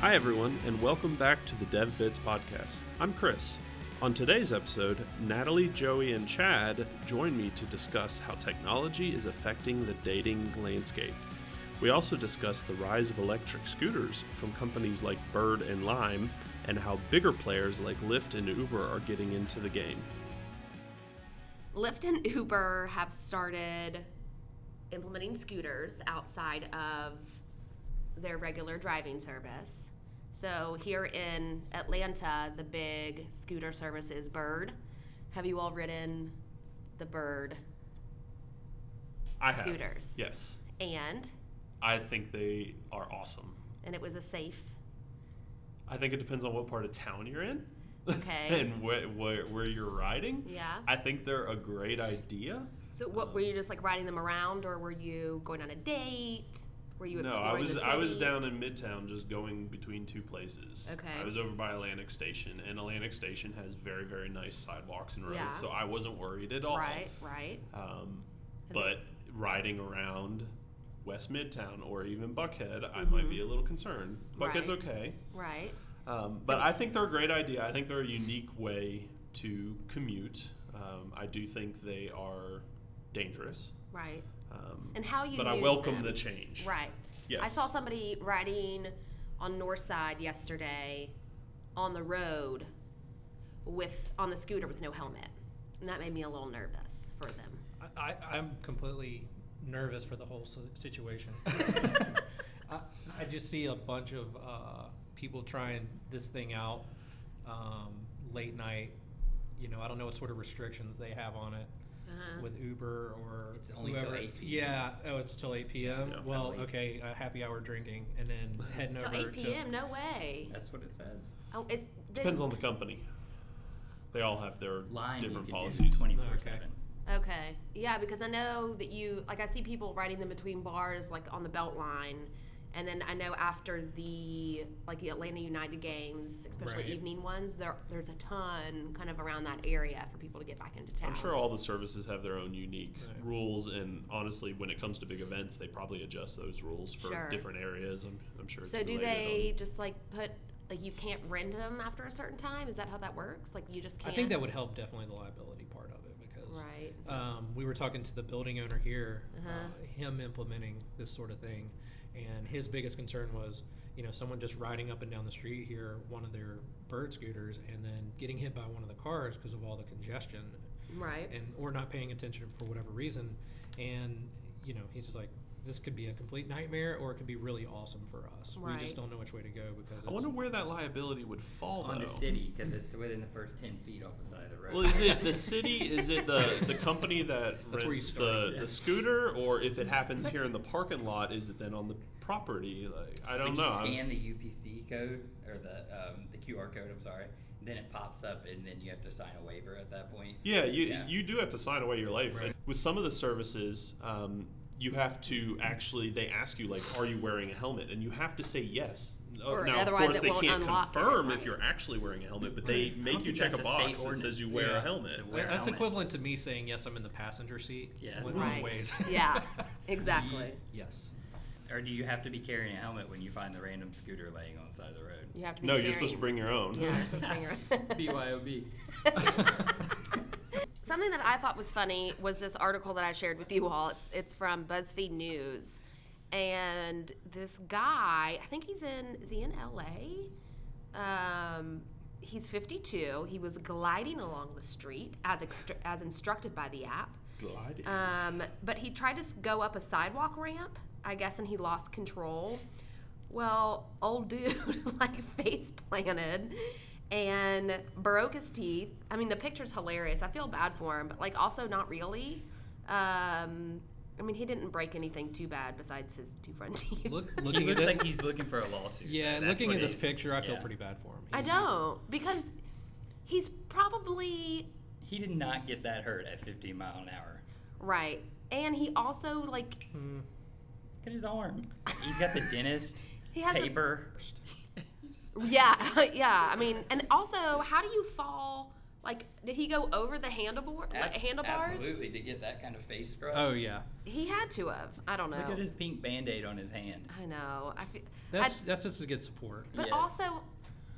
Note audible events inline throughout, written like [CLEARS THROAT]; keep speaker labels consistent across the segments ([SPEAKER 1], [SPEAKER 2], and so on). [SPEAKER 1] Hi, everyone, and welcome back to the Dev Bits podcast. I'm Chris. On today's episode, Natalie, Joey, and Chad join me to discuss how technology is affecting the dating landscape. We also discuss the rise of electric scooters from companies like Bird and Lime and how bigger players like Lyft and Uber are getting into the game.
[SPEAKER 2] Lyft and Uber have started implementing scooters outside of their regular driving service. So here in Atlanta, the big scooter service is Bird. Have you all ridden the Bird?
[SPEAKER 1] I
[SPEAKER 2] have. Scooters.
[SPEAKER 1] Yes.
[SPEAKER 2] And
[SPEAKER 1] I think they are awesome.
[SPEAKER 2] and it was
[SPEAKER 1] [LAUGHS]
[SPEAKER 2] a safe.
[SPEAKER 1] I think it depends on what part of town you're in.
[SPEAKER 2] Okay.
[SPEAKER 1] and where, where, where you're riding.
[SPEAKER 2] Yeah.
[SPEAKER 1] I think they're a great idea.
[SPEAKER 2] So what were you just like riding them around, or were you going on a date? Were you
[SPEAKER 1] No,
[SPEAKER 2] exploring
[SPEAKER 1] I was
[SPEAKER 2] the city?
[SPEAKER 1] I was down in Midtown, just going between two places.
[SPEAKER 2] Okay.
[SPEAKER 1] I was over by Atlantic Station, and Atlantic Station has very very nice sidewalks and roads,
[SPEAKER 2] Yeah.
[SPEAKER 1] so I wasn't worried at all.
[SPEAKER 2] Right, right.
[SPEAKER 1] Um,
[SPEAKER 2] Has
[SPEAKER 1] but riding around West Midtown or even Buckhead, I might be a little concerned. Buckhead's
[SPEAKER 2] Mm-hmm. Right.
[SPEAKER 1] okay,
[SPEAKER 2] Right.
[SPEAKER 1] um, but I think they're a great idea. I think they're a unique way to commute. Um, I do think they are dangerous.
[SPEAKER 2] Right.
[SPEAKER 1] Um,
[SPEAKER 2] And how you
[SPEAKER 1] but I
[SPEAKER 2] use
[SPEAKER 1] welcome
[SPEAKER 2] them.
[SPEAKER 1] the change.
[SPEAKER 2] Right. I
[SPEAKER 1] Yes.
[SPEAKER 2] saw somebody riding on North Side yesterday on the road with on the scooter with no helmet. And that made me a little nervous for [LAUGHS] them.
[SPEAKER 3] I, I'm completely nervous for the whole si-
[SPEAKER 4] [LAUGHS]
[SPEAKER 3] situation.
[SPEAKER 2] Uh-huh.
[SPEAKER 3] I, I just see a bunch of uh, people trying this thing out um, late night. You know, I don't know what sort of restrictions they have on it
[SPEAKER 2] Uh-huh.
[SPEAKER 3] with Uber or
[SPEAKER 4] It's only till
[SPEAKER 3] whoever.
[SPEAKER 4] 8 p.m..
[SPEAKER 3] Yeah. Oh, it's till 8 p.m.
[SPEAKER 1] Yeah.
[SPEAKER 3] Well,
[SPEAKER 4] Probably.
[SPEAKER 3] okay, uh, happy hour drinking and
[SPEAKER 4] [LAUGHS]
[SPEAKER 3] then heading
[SPEAKER 2] Till
[SPEAKER 3] over
[SPEAKER 2] 8
[SPEAKER 3] to.
[SPEAKER 2] p.m. No way.
[SPEAKER 4] That's what it says.
[SPEAKER 2] Oh, it's the-
[SPEAKER 1] Depends on the company. They all have their
[SPEAKER 4] Line you can
[SPEAKER 1] different
[SPEAKER 4] do
[SPEAKER 1] policies.
[SPEAKER 4] 24/7.
[SPEAKER 2] Okay. Yeah, because I know that you like I see people riding them between bars like on the belt line. And then I know after the like the Atlanta United games, especially
[SPEAKER 3] Right.
[SPEAKER 2] evening ones, there there's a ton kind of around that area for people to get back into town.
[SPEAKER 1] I'm sure all the services have their own unique
[SPEAKER 3] Right.
[SPEAKER 1] rules, and honestly, when it comes to big events, they probably adjust those rules for
[SPEAKER 2] Sure.
[SPEAKER 1] different areas. I'm, I'm sure. it's
[SPEAKER 2] So do
[SPEAKER 1] related on-
[SPEAKER 2] they just like put like you can't rent them after a certain time? Is that how that works? Like you just
[SPEAKER 3] I
[SPEAKER 2] can't.
[SPEAKER 3] think that would help definitely the liability part of it because.
[SPEAKER 2] Right.
[SPEAKER 3] um, we were talking to the building owner here,
[SPEAKER 2] Uh-huh.
[SPEAKER 3] uh, him implementing this sort of thing, and his biggest concern was, you know, someone just riding up and down the street here, one of their bird scooters, and then getting hit by one of the cars because of all the congestion,
[SPEAKER 2] Right.
[SPEAKER 3] and or not paying attention for whatever reason, and you know, he's just like, this could be a complete nightmare, or it could be really awesome for us. We
[SPEAKER 2] Right.
[SPEAKER 3] just don't know which way to go because
[SPEAKER 1] I
[SPEAKER 3] it's,
[SPEAKER 1] wonder where that liability would fall
[SPEAKER 4] On
[SPEAKER 1] though.
[SPEAKER 4] the city because it's within the first ten feet off the side of the road.
[SPEAKER 1] Well, is it
[SPEAKER 4] [LAUGHS]
[SPEAKER 1] the city? Is it the the company that
[SPEAKER 3] That's where you
[SPEAKER 1] rents the,
[SPEAKER 3] start,
[SPEAKER 4] yeah.
[SPEAKER 1] the scooter, or if it happens here in the parking lot, is it then on the property? Like I don't
[SPEAKER 4] when
[SPEAKER 1] know.
[SPEAKER 4] You
[SPEAKER 1] I'm-
[SPEAKER 4] scan the UPC code or the um, the QR code. I'm sorry. Then it pops up, and then you have to sign a waiver at that point.
[SPEAKER 1] Yeah, you
[SPEAKER 4] Yeah.
[SPEAKER 1] you do have to sign away your life.
[SPEAKER 3] Right.
[SPEAKER 1] And With some of the services, um, you have to actually they ask you like, are you wearing a helmet? And you have to say yes. Uh,
[SPEAKER 2] Or
[SPEAKER 1] now, of
[SPEAKER 2] otherwise
[SPEAKER 1] course,
[SPEAKER 2] it
[SPEAKER 1] they
[SPEAKER 2] won't
[SPEAKER 1] can't
[SPEAKER 2] unlock it,
[SPEAKER 1] confirm
[SPEAKER 2] right.
[SPEAKER 1] if you're actually wearing a helmet, but
[SPEAKER 4] Right.
[SPEAKER 1] they
[SPEAKER 4] I
[SPEAKER 1] make
[SPEAKER 4] don't
[SPEAKER 1] you
[SPEAKER 4] think
[SPEAKER 1] check a
[SPEAKER 4] that's a state
[SPEAKER 1] box that
[SPEAKER 4] ordinance.
[SPEAKER 1] says you wear a
[SPEAKER 3] Yeah.
[SPEAKER 1] helmet.
[SPEAKER 4] Wear a
[SPEAKER 3] that's
[SPEAKER 4] helmet.
[SPEAKER 3] equivalent to me saying yes, I'm in the passenger seat.
[SPEAKER 4] Yeah.
[SPEAKER 3] with
[SPEAKER 2] Right.
[SPEAKER 3] ways. [LAUGHS]
[SPEAKER 2] yeah. Exactly.
[SPEAKER 3] yes.
[SPEAKER 4] Or do you have to be carrying a helmet when you find the random scooter laying on the side of the road?
[SPEAKER 2] You have to. Be
[SPEAKER 1] No, you're supposed to bring your own.
[SPEAKER 2] Yeah.
[SPEAKER 4] [LAUGHS]
[SPEAKER 2] you're supposed to bring your-
[SPEAKER 4] BYOB.
[SPEAKER 2] [LAUGHS] Something that I thought was funny was this article that I shared with you all. It's, it's from BuzzFeed News, and this guy, I think he's in, is he in LA? Um, he's 52. He was gliding along the street as extr as instructed by the app.
[SPEAKER 1] Gliding.
[SPEAKER 2] Um, but he tried to s- go up a sidewalk ramp, I guess, and he lost control. Well, old [LAUGHS] dude like face planted and broke his teeth. I mean, the picture's hilarious. I feel bad for him, but like also not really. Um, I mean, he didn't break anything too bad besides his two front [LAUGHS] teeth.
[SPEAKER 3] Look,
[SPEAKER 4] [LAUGHS] He
[SPEAKER 3] looking
[SPEAKER 4] looks
[SPEAKER 3] at
[SPEAKER 4] like
[SPEAKER 3] it,
[SPEAKER 4] he's looking for a lawsuit.
[SPEAKER 3] yeah,
[SPEAKER 4] That's
[SPEAKER 3] looking
[SPEAKER 4] what
[SPEAKER 3] at
[SPEAKER 4] it
[SPEAKER 3] this
[SPEAKER 4] is.
[SPEAKER 3] picture, I feel
[SPEAKER 4] Yeah.
[SPEAKER 3] pretty bad for him.
[SPEAKER 2] I
[SPEAKER 3] He-
[SPEAKER 2] don't because he's probably
[SPEAKER 4] He did not get that hurt at 15 mile an hour.
[SPEAKER 2] right, and he also like
[SPEAKER 3] Hmm.
[SPEAKER 4] Look at his arm.
[SPEAKER 2] [LAUGHS]
[SPEAKER 4] He's got the dentist
[SPEAKER 2] he has a
[SPEAKER 4] paper.
[SPEAKER 2] [LAUGHS] Yeah, yeah. I mean, and also, how do you fall Like, did he go over the handlebar, like,
[SPEAKER 4] Abs-
[SPEAKER 2] handlebars?
[SPEAKER 4] Absolutely, to get that kind of face scrub.
[SPEAKER 3] Oh yeah,
[SPEAKER 2] He had to have. I don't know.
[SPEAKER 4] Look at his pink band aid on his hand.
[SPEAKER 2] I know. I feel.
[SPEAKER 3] that's that's just a good support.
[SPEAKER 2] But
[SPEAKER 4] Yeah.
[SPEAKER 2] also,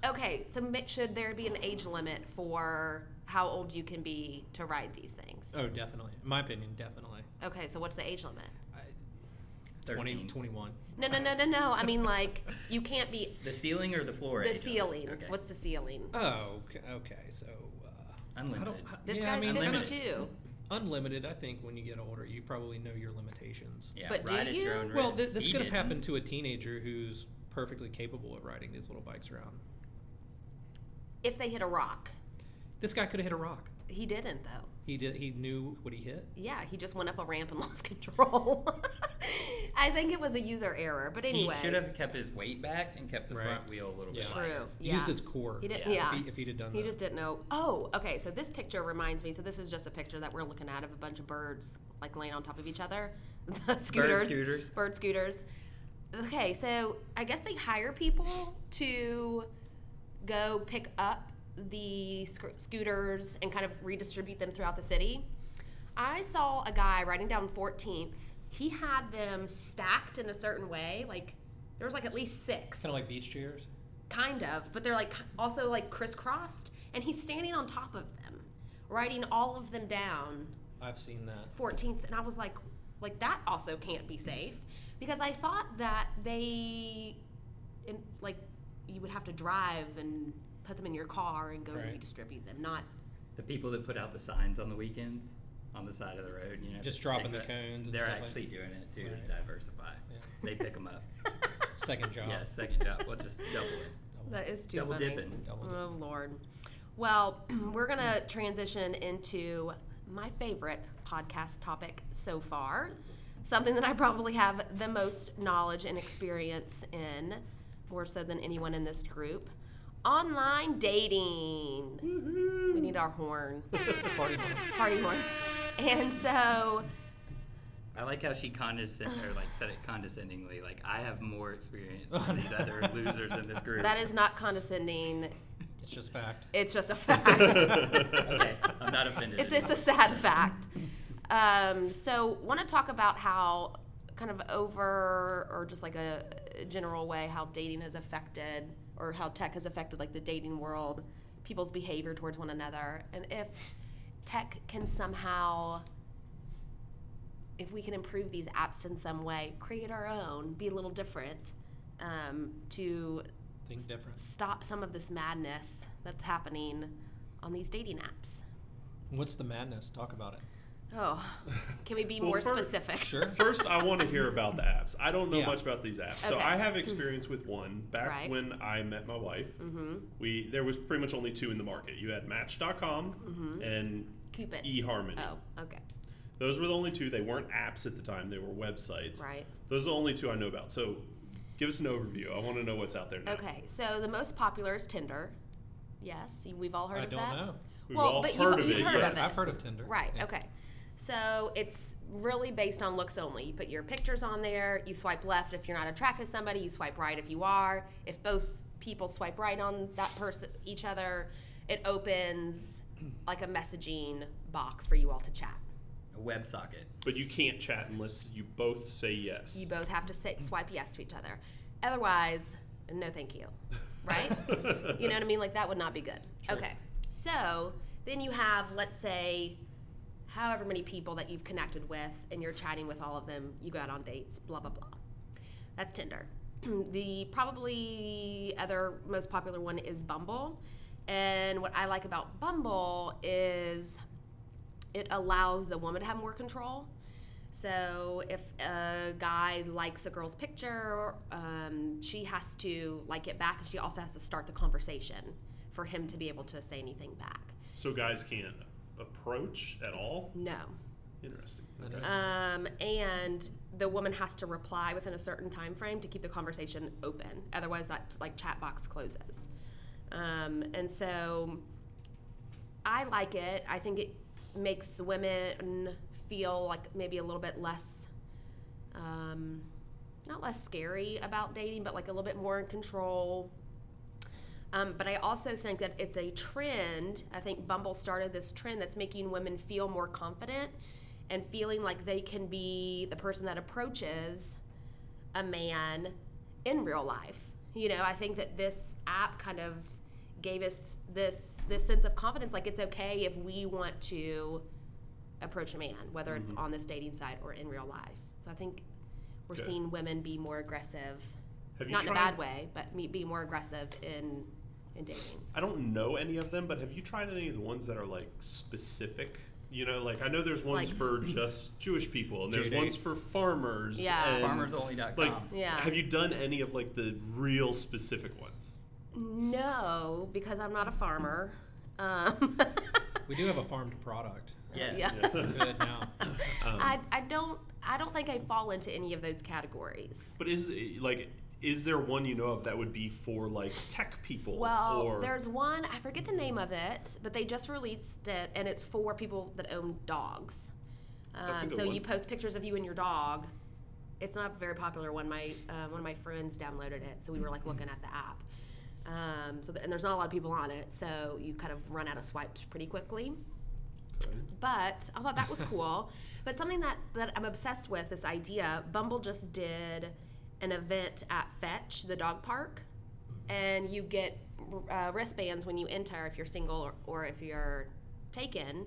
[SPEAKER 2] okay, so ma- should there be an age limit for how old you can be to ride these things?
[SPEAKER 3] Oh, definitely. In my opinion, definitely.
[SPEAKER 2] Okay, so what's the age limit?
[SPEAKER 3] I, 20,
[SPEAKER 4] 13.
[SPEAKER 3] 21.
[SPEAKER 2] No, no, no, no, no. I mean, like, you can't be
[SPEAKER 4] The ceiling or the floor?
[SPEAKER 2] the
[SPEAKER 4] age on it?
[SPEAKER 2] ceiling.
[SPEAKER 4] Okay.
[SPEAKER 2] What's the ceiling?
[SPEAKER 3] Oh, okay. okay so. Uh, I don't,
[SPEAKER 4] Unlimited.
[SPEAKER 3] I-
[SPEAKER 2] This
[SPEAKER 3] yeah, I
[SPEAKER 2] guy's
[SPEAKER 3] mean,
[SPEAKER 4] unlimited.
[SPEAKER 2] 52.
[SPEAKER 3] Unlimited, I think when you get older, you probably know your limitations.
[SPEAKER 4] Yeah,
[SPEAKER 2] But do
[SPEAKER 4] ride at your
[SPEAKER 2] you?
[SPEAKER 4] own
[SPEAKER 3] Well,
[SPEAKER 4] risk.
[SPEAKER 3] th- this
[SPEAKER 4] He
[SPEAKER 3] could have
[SPEAKER 4] didn't.
[SPEAKER 3] happened to a teenager who's perfectly capable of riding these little bikes around.
[SPEAKER 2] If they hit a rock,
[SPEAKER 3] This guy could have hit a rock.
[SPEAKER 2] he didn't though.
[SPEAKER 3] He did. He knew what he hit.
[SPEAKER 2] Yeah, he just went up a ramp and [LAUGHS] lost control. I think it was a user error, but anyway.
[SPEAKER 4] He should have kept his weight back and kept the
[SPEAKER 3] Right.
[SPEAKER 4] front wheel a little bit.
[SPEAKER 3] Yeah.
[SPEAKER 4] lighter.
[SPEAKER 2] True.
[SPEAKER 3] He
[SPEAKER 2] yeah.
[SPEAKER 3] used his core.
[SPEAKER 2] He didn't-
[SPEAKER 3] If,
[SPEAKER 2] yeah.
[SPEAKER 3] he, if he'd have done
[SPEAKER 2] He
[SPEAKER 3] that.
[SPEAKER 2] just didn't know. Oh, okay. So this picture reminds me. So this is just a picture that we're looking at of a bunch of birds like laying on top of each other. [LAUGHS] The scooters.
[SPEAKER 4] scooters.
[SPEAKER 2] Bird scooters. Okay, so I guess they hire people to go pick up the sc- scooters and kind of redistribute them throughout the city. I saw a guy riding down 14th. He had them stacked in a certain way. Like there was like at least six
[SPEAKER 3] Kind of like beach chairs.
[SPEAKER 2] kind of, but they're like also like crisscrossed, and he's standing on top of them, writing all of them down.
[SPEAKER 3] I've seen that.
[SPEAKER 2] 14th, and I was like, like that also can't be safe, because I thought that they, and like, you would have to drive and put them in your car and go
[SPEAKER 3] Right.
[SPEAKER 2] redistribute them, not
[SPEAKER 4] The people that put out the signs on the weekends on the side of the road, you know,
[SPEAKER 3] Just
[SPEAKER 4] that
[SPEAKER 3] dropping
[SPEAKER 4] stick
[SPEAKER 3] the
[SPEAKER 4] that-
[SPEAKER 3] cones and
[SPEAKER 4] They're
[SPEAKER 3] stuff like-
[SPEAKER 4] actually doing it too
[SPEAKER 3] Right.
[SPEAKER 4] to diversify.
[SPEAKER 3] Yeah.
[SPEAKER 4] They pick
[SPEAKER 3] [LAUGHS]
[SPEAKER 4] them up.
[SPEAKER 3] Second job.
[SPEAKER 4] yeah, second job. We'll just double it.
[SPEAKER 2] [LAUGHS] That is too
[SPEAKER 4] double
[SPEAKER 2] funny.
[SPEAKER 4] dipping.
[SPEAKER 3] Double dip.
[SPEAKER 2] Oh Lord. Well, [CLEARS THROAT] we're gonna transition into my favorite podcast topic so far. Something that I probably have the most knowledge and experience in, more so than anyone in this group. Online dating. We need our horn.
[SPEAKER 3] Party horn.
[SPEAKER 2] Party horn. And so
[SPEAKER 4] I like how she condescend or like said it condescendingly. Like I have more experience than these
[SPEAKER 1] [LAUGHS]
[SPEAKER 4] other losers in this group.
[SPEAKER 2] that is not condescending.
[SPEAKER 3] It's just fact.
[SPEAKER 2] It's just a
[SPEAKER 3] [LAUGHS]
[SPEAKER 2] fact.
[SPEAKER 4] [LAUGHS] okay. I'm not offended.
[SPEAKER 2] It's, it's a sad fact. Um, so, want to talk about how, kind of over or just like a a general way, how dating has affected or how tech has affected like the dating world, people's behavior towards one another, and if tech can somehow, if we can improve these apps in some way, create our own, be a little different, um, to
[SPEAKER 3] Think different.
[SPEAKER 2] stop some of this madness that's happening on these dating apps.
[SPEAKER 3] What's the madness? Talk
[SPEAKER 2] [LAUGHS]
[SPEAKER 3] about it.
[SPEAKER 2] Oh, can we be
[SPEAKER 1] Well,
[SPEAKER 2] more
[SPEAKER 1] fir-
[SPEAKER 2] specific?
[SPEAKER 3] Sure.
[SPEAKER 1] First, I want to hear about the apps. I don't know
[SPEAKER 3] Yeah.
[SPEAKER 1] much about these apps, so
[SPEAKER 2] Okay. Hmm.
[SPEAKER 1] I have experience with one. Back
[SPEAKER 2] Right.
[SPEAKER 1] when I met my wife,
[SPEAKER 2] Mm-hmm.
[SPEAKER 1] we there was pretty much only two in the market. You had Match.com and
[SPEAKER 2] Keep it.
[SPEAKER 1] eHarmony.
[SPEAKER 2] Mm-hmm. Oh, okay.
[SPEAKER 1] Those were the only two. They weren't apps at the time; they were websites.
[SPEAKER 2] Right.
[SPEAKER 1] Those are the only two I know about. So, give us an overview. I want to know what's out there now.
[SPEAKER 2] Okay. So the most popular is Tinder. Yes, you- we've all heard
[SPEAKER 3] I
[SPEAKER 2] of
[SPEAKER 3] don't
[SPEAKER 2] that.
[SPEAKER 3] know.
[SPEAKER 1] We've
[SPEAKER 2] Well,
[SPEAKER 1] all
[SPEAKER 2] but
[SPEAKER 1] heard
[SPEAKER 2] you've-
[SPEAKER 1] of
[SPEAKER 2] you've
[SPEAKER 1] it.
[SPEAKER 2] heard
[SPEAKER 1] yes.
[SPEAKER 2] of it.
[SPEAKER 3] I've heard of Tinder.
[SPEAKER 2] Right.
[SPEAKER 3] Yeah.
[SPEAKER 2] Okay. So it's really based on looks only. You put your pictures on there. You swipe left if you're not attracted to somebody. You swipe right if you are. If both people swipe right on that person, each other, it opens like a messaging box for you all to chat.
[SPEAKER 4] a web socket.
[SPEAKER 1] But you can't chat unless you both say yes.
[SPEAKER 2] You both have to say, swipe yes to each other. Otherwise, no, thank you. Right.
[SPEAKER 1] [LAUGHS]
[SPEAKER 2] You know what I mean? Like that would not be good.
[SPEAKER 3] Sure.
[SPEAKER 2] Okay. So then you have, let's say, however many people that you've connected with and you're chatting with all of them, you go out on dates, blah, blah, blah. That's Tinder. [CLEARS THROAT] the probably other most popular one is Bumble. And what I like about Bumble is it allows the woman to have more control. So if a guy likes a girl's picture, um, she has to like it back, and she also has to start the conversation for him to be able to say anything back.
[SPEAKER 1] So guys can't approach at all.
[SPEAKER 2] No,
[SPEAKER 1] Interesting.
[SPEAKER 3] That
[SPEAKER 1] Okay.
[SPEAKER 3] is-
[SPEAKER 2] um, and the woman has to reply within a certain time frame to keep the conversation open otherwise that like chat box closes um, and so i like it i think it makes women feel like maybe a little bit less um, not less scary about dating but like a little bit more in control Um, but I also think that it's a trend. I think Bumble started this trend that's making women feel more confident and feeling like they can be the person that approaches a man in real life. You know, I think that this app kind of gave us this this sense of confidence like it's okay if we want to approach a man whether it's on this dating site or in real life. So I think we're
[SPEAKER 1] Good.
[SPEAKER 2] seeing women be more aggressive
[SPEAKER 1] Have you
[SPEAKER 2] not in a
[SPEAKER 1] tried-
[SPEAKER 2] bad way, but me be more aggressive in in dating.
[SPEAKER 1] I don't know any of them, but have you tried any of the ones that are like specific? You know, like I know there's ones
[SPEAKER 2] Like-
[SPEAKER 1] for just Jewish people, and there's
[SPEAKER 3] J-date.
[SPEAKER 1] ones for farmers.
[SPEAKER 2] Yeah.
[SPEAKER 1] and,
[SPEAKER 4] FarmersOnly.com.
[SPEAKER 1] Like,
[SPEAKER 2] Yeah.
[SPEAKER 1] have you done any of like the real specific
[SPEAKER 2] [LAUGHS]
[SPEAKER 1] ones?
[SPEAKER 2] No, because I'm not a farmer. Um,
[SPEAKER 3] We do have a farmed product.
[SPEAKER 4] Yeah.
[SPEAKER 2] [LAUGHS] yeah.
[SPEAKER 3] Good now.
[SPEAKER 1] Um,
[SPEAKER 2] I, I don't I don't think I fall into any of those categories.
[SPEAKER 1] but is like is there one you know of that would be for like tech people?
[SPEAKER 2] Well,
[SPEAKER 1] or
[SPEAKER 2] there's one I forget the name of it, but they just released it, and it's for people that own dogs.
[SPEAKER 1] That's a
[SPEAKER 2] Um,
[SPEAKER 1] good
[SPEAKER 2] so
[SPEAKER 1] one.
[SPEAKER 2] you post pictures of you and your dog. It's not a very popular one. My um, one of my friends downloaded it, so we were like looking at the app. Um, so th- and there's not a lot of people on it, so you kind of run out of swipes pretty quickly.
[SPEAKER 1] Okay.
[SPEAKER 2] but I thought that was cool. [LAUGHS] but something that that I'm obsessed with this idea. Bumble just did an event at Fetch, the dog park, and you get uh, wristbands when you enter if you're single or, or if you're taken.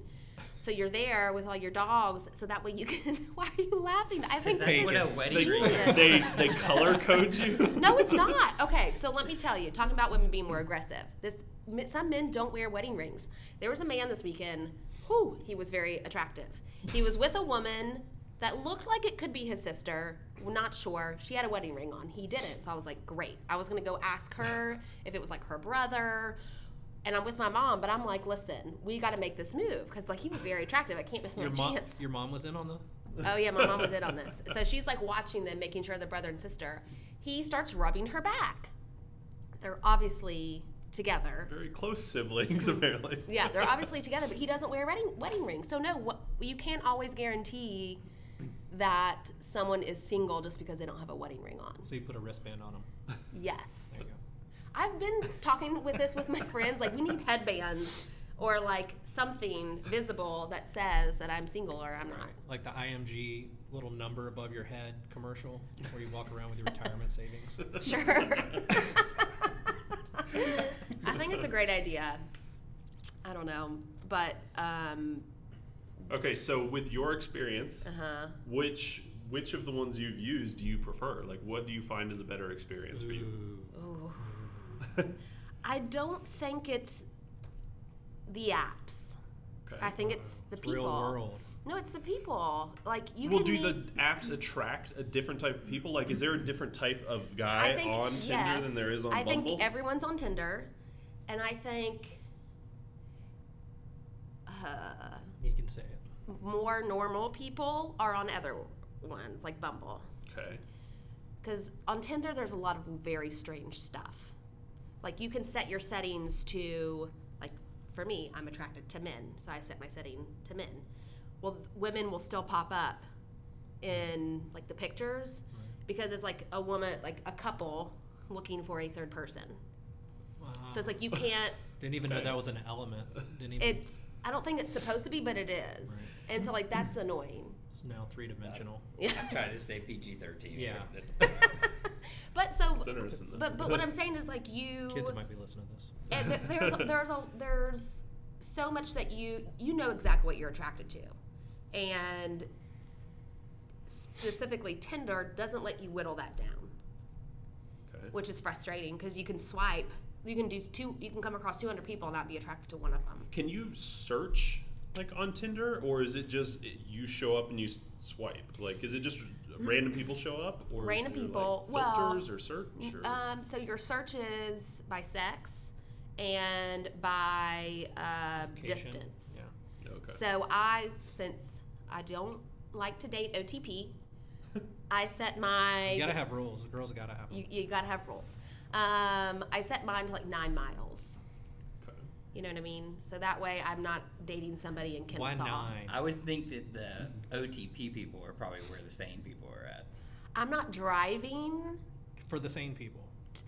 [SPEAKER 2] So you're there with all your dogs, so that way you [LAUGHS] can. Why are you laughing? I think
[SPEAKER 4] Because
[SPEAKER 2] this
[SPEAKER 4] that's
[SPEAKER 2] is
[SPEAKER 4] what a wedding
[SPEAKER 1] They,
[SPEAKER 4] ring
[SPEAKER 1] [LAUGHS]
[SPEAKER 4] is.
[SPEAKER 1] they they color [LAUGHS] code you.
[SPEAKER 2] [LAUGHS] no, it's not. Okay, so let me tell you. Talking about women being more aggressive. This some men don't wear wedding rings. There was a man this weekend. Who he was very attractive. He was with a woman that looked like it could be his sister. We're Not sure. She had a wedding ring on. He didn't. So I was like, great. I was gonna go ask her if it was like her brother. And I'm with my mom, but I'm like, listen, we got to make this move because like he was very attractive. I can't miss my
[SPEAKER 3] Your mom,
[SPEAKER 2] chance.
[SPEAKER 3] your mom was in on the.
[SPEAKER 2] Oh yeah, my mom was in on this. So she's like watching them, making sure they're brother and sister. He starts rubbing her back. They're obviously together.
[SPEAKER 1] Very close siblings [LAUGHS] apparently.
[SPEAKER 2] Yeah, they're obviously together, but he doesn't wear a wedding wedding ring. So no, what, you can't always guarantee that someone is single just because they don't have a wedding ring on.
[SPEAKER 3] So you put a wristband on them.
[SPEAKER 2] Yes.
[SPEAKER 3] There you go.
[SPEAKER 2] I've been talking with this with my friends. Like, we need headbands or like something visible that says that I'm single or I'm not.
[SPEAKER 3] Like the IMG little number above your head commercial where you walk around with
[SPEAKER 2] [LAUGHS]
[SPEAKER 3] your retirement savings.
[SPEAKER 2] Sure. [LAUGHS] I think it's a great idea. I don't know, but um,
[SPEAKER 1] Okay, so with your experience,
[SPEAKER 2] uh huh.
[SPEAKER 1] which which of the ones you've used do you prefer? Like, what do you find is a better experience for you?
[SPEAKER 3] Ooh.
[SPEAKER 2] Ooh.
[SPEAKER 1] [LAUGHS]
[SPEAKER 2] I don't think it's the apps. I
[SPEAKER 1] okay.
[SPEAKER 2] think it's the people.
[SPEAKER 3] Real world.
[SPEAKER 2] No, it's the people. Like you
[SPEAKER 1] Well,
[SPEAKER 2] can
[SPEAKER 1] do
[SPEAKER 2] meet.
[SPEAKER 1] the apps attract a different type of people? Like, is there a different type of guy
[SPEAKER 2] I think
[SPEAKER 1] on Tinder
[SPEAKER 2] yes.
[SPEAKER 1] than there is on
[SPEAKER 2] I
[SPEAKER 1] Bumble?
[SPEAKER 2] think everyone's on Tinder, and I think. Uh,
[SPEAKER 3] You can say it.
[SPEAKER 2] more normal people are on other ones like Bumble.
[SPEAKER 1] okay.
[SPEAKER 2] Because on Tinder, there's a lot of very strange stuff. Like you can set your settings to, like for me, I'm attracted to men, so I set my setting to men. Well, th- women will still pop up in like the pictures because it's like a woman, like a couple looking for a third person.
[SPEAKER 3] Wow.
[SPEAKER 2] So it's like you
[SPEAKER 3] [LAUGHS]
[SPEAKER 2] can't.
[SPEAKER 3] Didn't even
[SPEAKER 1] Okay.
[SPEAKER 3] know that was an element. Didn't even.
[SPEAKER 2] It's I don't think it's supposed to be, but it is,
[SPEAKER 3] Right.
[SPEAKER 2] and so like that's annoying.
[SPEAKER 3] It's now three dimensional.
[SPEAKER 2] Yeah.
[SPEAKER 4] [LAUGHS] I'm
[SPEAKER 1] [LAUGHS]
[SPEAKER 4] trying to stay PG 13. [LAUGHS]
[SPEAKER 3] Yeah.
[SPEAKER 2] [LAUGHS] but so,
[SPEAKER 1] It's interesting, though.
[SPEAKER 2] but
[SPEAKER 1] [LAUGHS]
[SPEAKER 2] but what I'm saying is like you.
[SPEAKER 3] Kids might be listening to this.
[SPEAKER 2] and
[SPEAKER 3] [LAUGHS]
[SPEAKER 2] th- there's there's a there's so much that you you know exactly what you're attracted to and specifically tinder doesn't let you whittle that down
[SPEAKER 1] Okay.
[SPEAKER 2] which is frustrating because you can swipe you can do two you can come across 200 people and not be attracted to one of them
[SPEAKER 1] Can you search like on Tinder, or is it just it, you show up and you s- swipe? Like, is it just random people show up, or is
[SPEAKER 2] Random
[SPEAKER 1] there, like,
[SPEAKER 2] people, well,
[SPEAKER 1] filters or search? Or,
[SPEAKER 2] um, so your search is by sex and by uh,
[SPEAKER 3] Location.
[SPEAKER 2] distance
[SPEAKER 3] Yeah.
[SPEAKER 1] okay.
[SPEAKER 2] So I, since I don't like to date OTP,
[SPEAKER 3] [LAUGHS]
[SPEAKER 2] I set my
[SPEAKER 3] You gotta have rules. The girls gotta have. 'em.
[SPEAKER 2] you, you gotta have rules. Um, I set mine to like nine miles.
[SPEAKER 1] okay.
[SPEAKER 2] You know what I mean? So that way I'm not dating somebody in
[SPEAKER 3] Why
[SPEAKER 2] Kennesaw.
[SPEAKER 3] nine?
[SPEAKER 4] I would think that the OTP people are probably where the sane people are at.
[SPEAKER 2] I'm not driving.
[SPEAKER 4] [LAUGHS]
[SPEAKER 3] For the same people.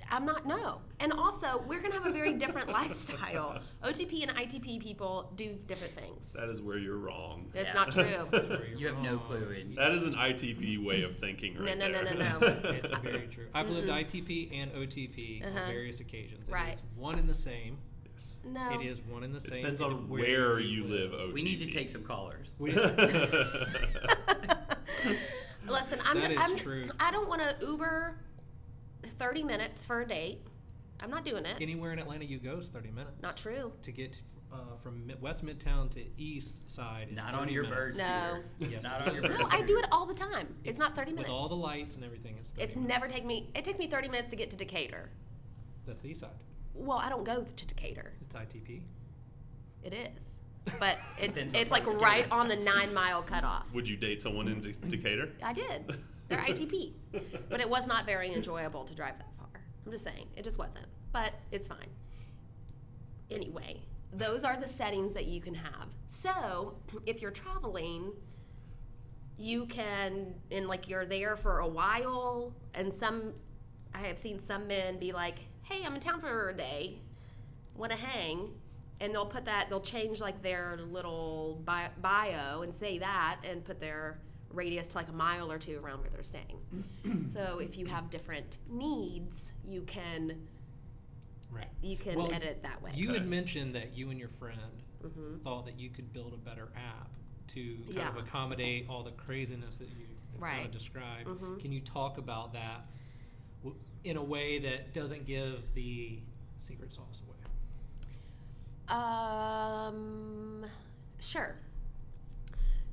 [SPEAKER 2] I'm not no. And also, we're gonna have a very
[SPEAKER 3] [LAUGHS]
[SPEAKER 2] different lifestyle. OTP and ITP people do different things.
[SPEAKER 1] That is where you're wrong.
[SPEAKER 2] That's
[SPEAKER 4] Yeah.
[SPEAKER 2] not true.
[SPEAKER 3] [LAUGHS]
[SPEAKER 1] That's
[SPEAKER 3] Where you're
[SPEAKER 4] You have no
[SPEAKER 3] wrong.
[SPEAKER 4] clue. And
[SPEAKER 1] That is an ITV way of thinking,
[SPEAKER 2] No,
[SPEAKER 1] right
[SPEAKER 2] no, no,
[SPEAKER 1] there. [LAUGHS]
[SPEAKER 2] no, no.
[SPEAKER 3] It's very
[SPEAKER 4] [LAUGHS]
[SPEAKER 3] true. I've lived ITP and OTP
[SPEAKER 2] Mm-hmm. Uh-huh.
[SPEAKER 3] on various occasions.
[SPEAKER 2] Right.
[SPEAKER 3] It's one and the same.
[SPEAKER 1] Yes.
[SPEAKER 2] No.
[SPEAKER 3] It is one and the
[SPEAKER 1] It
[SPEAKER 3] same.
[SPEAKER 1] depends
[SPEAKER 3] It
[SPEAKER 1] on
[SPEAKER 3] dep-
[SPEAKER 1] where you live. OTV.
[SPEAKER 4] we need to take some callers.
[SPEAKER 3] We-
[SPEAKER 2] [LAUGHS] Listen, I'm,
[SPEAKER 3] That is
[SPEAKER 2] I'm
[SPEAKER 3] true.
[SPEAKER 2] I don't want to Uber 30 minutes for a date. I'm not doing
[SPEAKER 4] [LAUGHS]
[SPEAKER 2] it.
[SPEAKER 3] [LAUGHS] anywhere in Atlanta you go is 30 minutes.
[SPEAKER 2] Not true.
[SPEAKER 3] to get uh, from Mi- West Midtown to East Side is
[SPEAKER 4] Not
[SPEAKER 3] 30
[SPEAKER 4] on your
[SPEAKER 3] minutes.
[SPEAKER 4] bird
[SPEAKER 2] No.
[SPEAKER 4] scooter.
[SPEAKER 3] Yes,
[SPEAKER 4] Not
[SPEAKER 3] it
[SPEAKER 4] on your
[SPEAKER 3] is.
[SPEAKER 4] bird
[SPEAKER 2] No, I
[SPEAKER 4] scooter.
[SPEAKER 2] do it all the time. It's, not 30
[SPEAKER 3] With
[SPEAKER 2] minutes.
[SPEAKER 3] all the lights and everything, it's 30
[SPEAKER 2] it's
[SPEAKER 3] minutes.
[SPEAKER 2] never take me. It took me 30 minutes to get to Decatur.
[SPEAKER 3] That's the East Side.
[SPEAKER 2] Well, I don't go to Decatur.
[SPEAKER 3] It's ITP.
[SPEAKER 2] It is,
[SPEAKER 3] [LAUGHS]
[SPEAKER 2] but it's
[SPEAKER 4] Depends on
[SPEAKER 2] it's
[SPEAKER 4] part
[SPEAKER 2] like
[SPEAKER 4] of
[SPEAKER 2] right
[SPEAKER 4] Decatur.
[SPEAKER 2] on the nine mile cutoff.
[SPEAKER 1] Would you date someone in De- Decatur?
[SPEAKER 2] I
[SPEAKER 3] [LAUGHS]
[SPEAKER 2] did.
[SPEAKER 1] [LAUGHS]
[SPEAKER 2] They're ITP, but it was not very enjoyable to drive that far. I'm just saying, it just wasn't. But it's fine. Anyway, those are the settings that you can have. So if you're traveling, you can and like you're there for a while, and some I have seen some men be like, "Hey, I'm in town for a day, want to hang." And they'll put that, they'll change like their little bi- bio and say that and put their radius to like a mile or two around where they're staying. so if you have different needs, you can
[SPEAKER 3] Right.
[SPEAKER 2] you can
[SPEAKER 3] Well,
[SPEAKER 2] edit that way.
[SPEAKER 3] You had
[SPEAKER 1] Okay.
[SPEAKER 3] mentioned that you and your friend
[SPEAKER 2] Mhm.
[SPEAKER 3] thought that you could build a better app to kind
[SPEAKER 2] Yeah.
[SPEAKER 3] of accommodate all the craziness that you have kind
[SPEAKER 2] Right.
[SPEAKER 3] of described.
[SPEAKER 2] Mhm.
[SPEAKER 3] Can you talk about that w- in a way that doesn't give the secret sauce away?
[SPEAKER 2] Um, sure.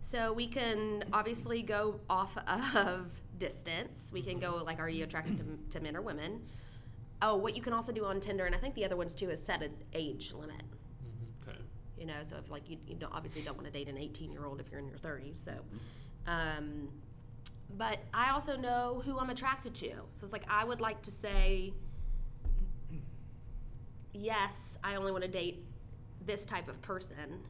[SPEAKER 2] So we can obviously go off of [LAUGHS] distance. We can go like, are you attracted to, to men or women? Oh, what you can also do on Tinder, and I think the other ones too, is set an age limit.
[SPEAKER 1] Okay.
[SPEAKER 2] You know, so if like you, you don't, obviously don't want to date an 18 year old if you're in your 30s. So, um, but I also know who I'm attracted to. So it's like I would like to say, yes, I only want to date this type of person.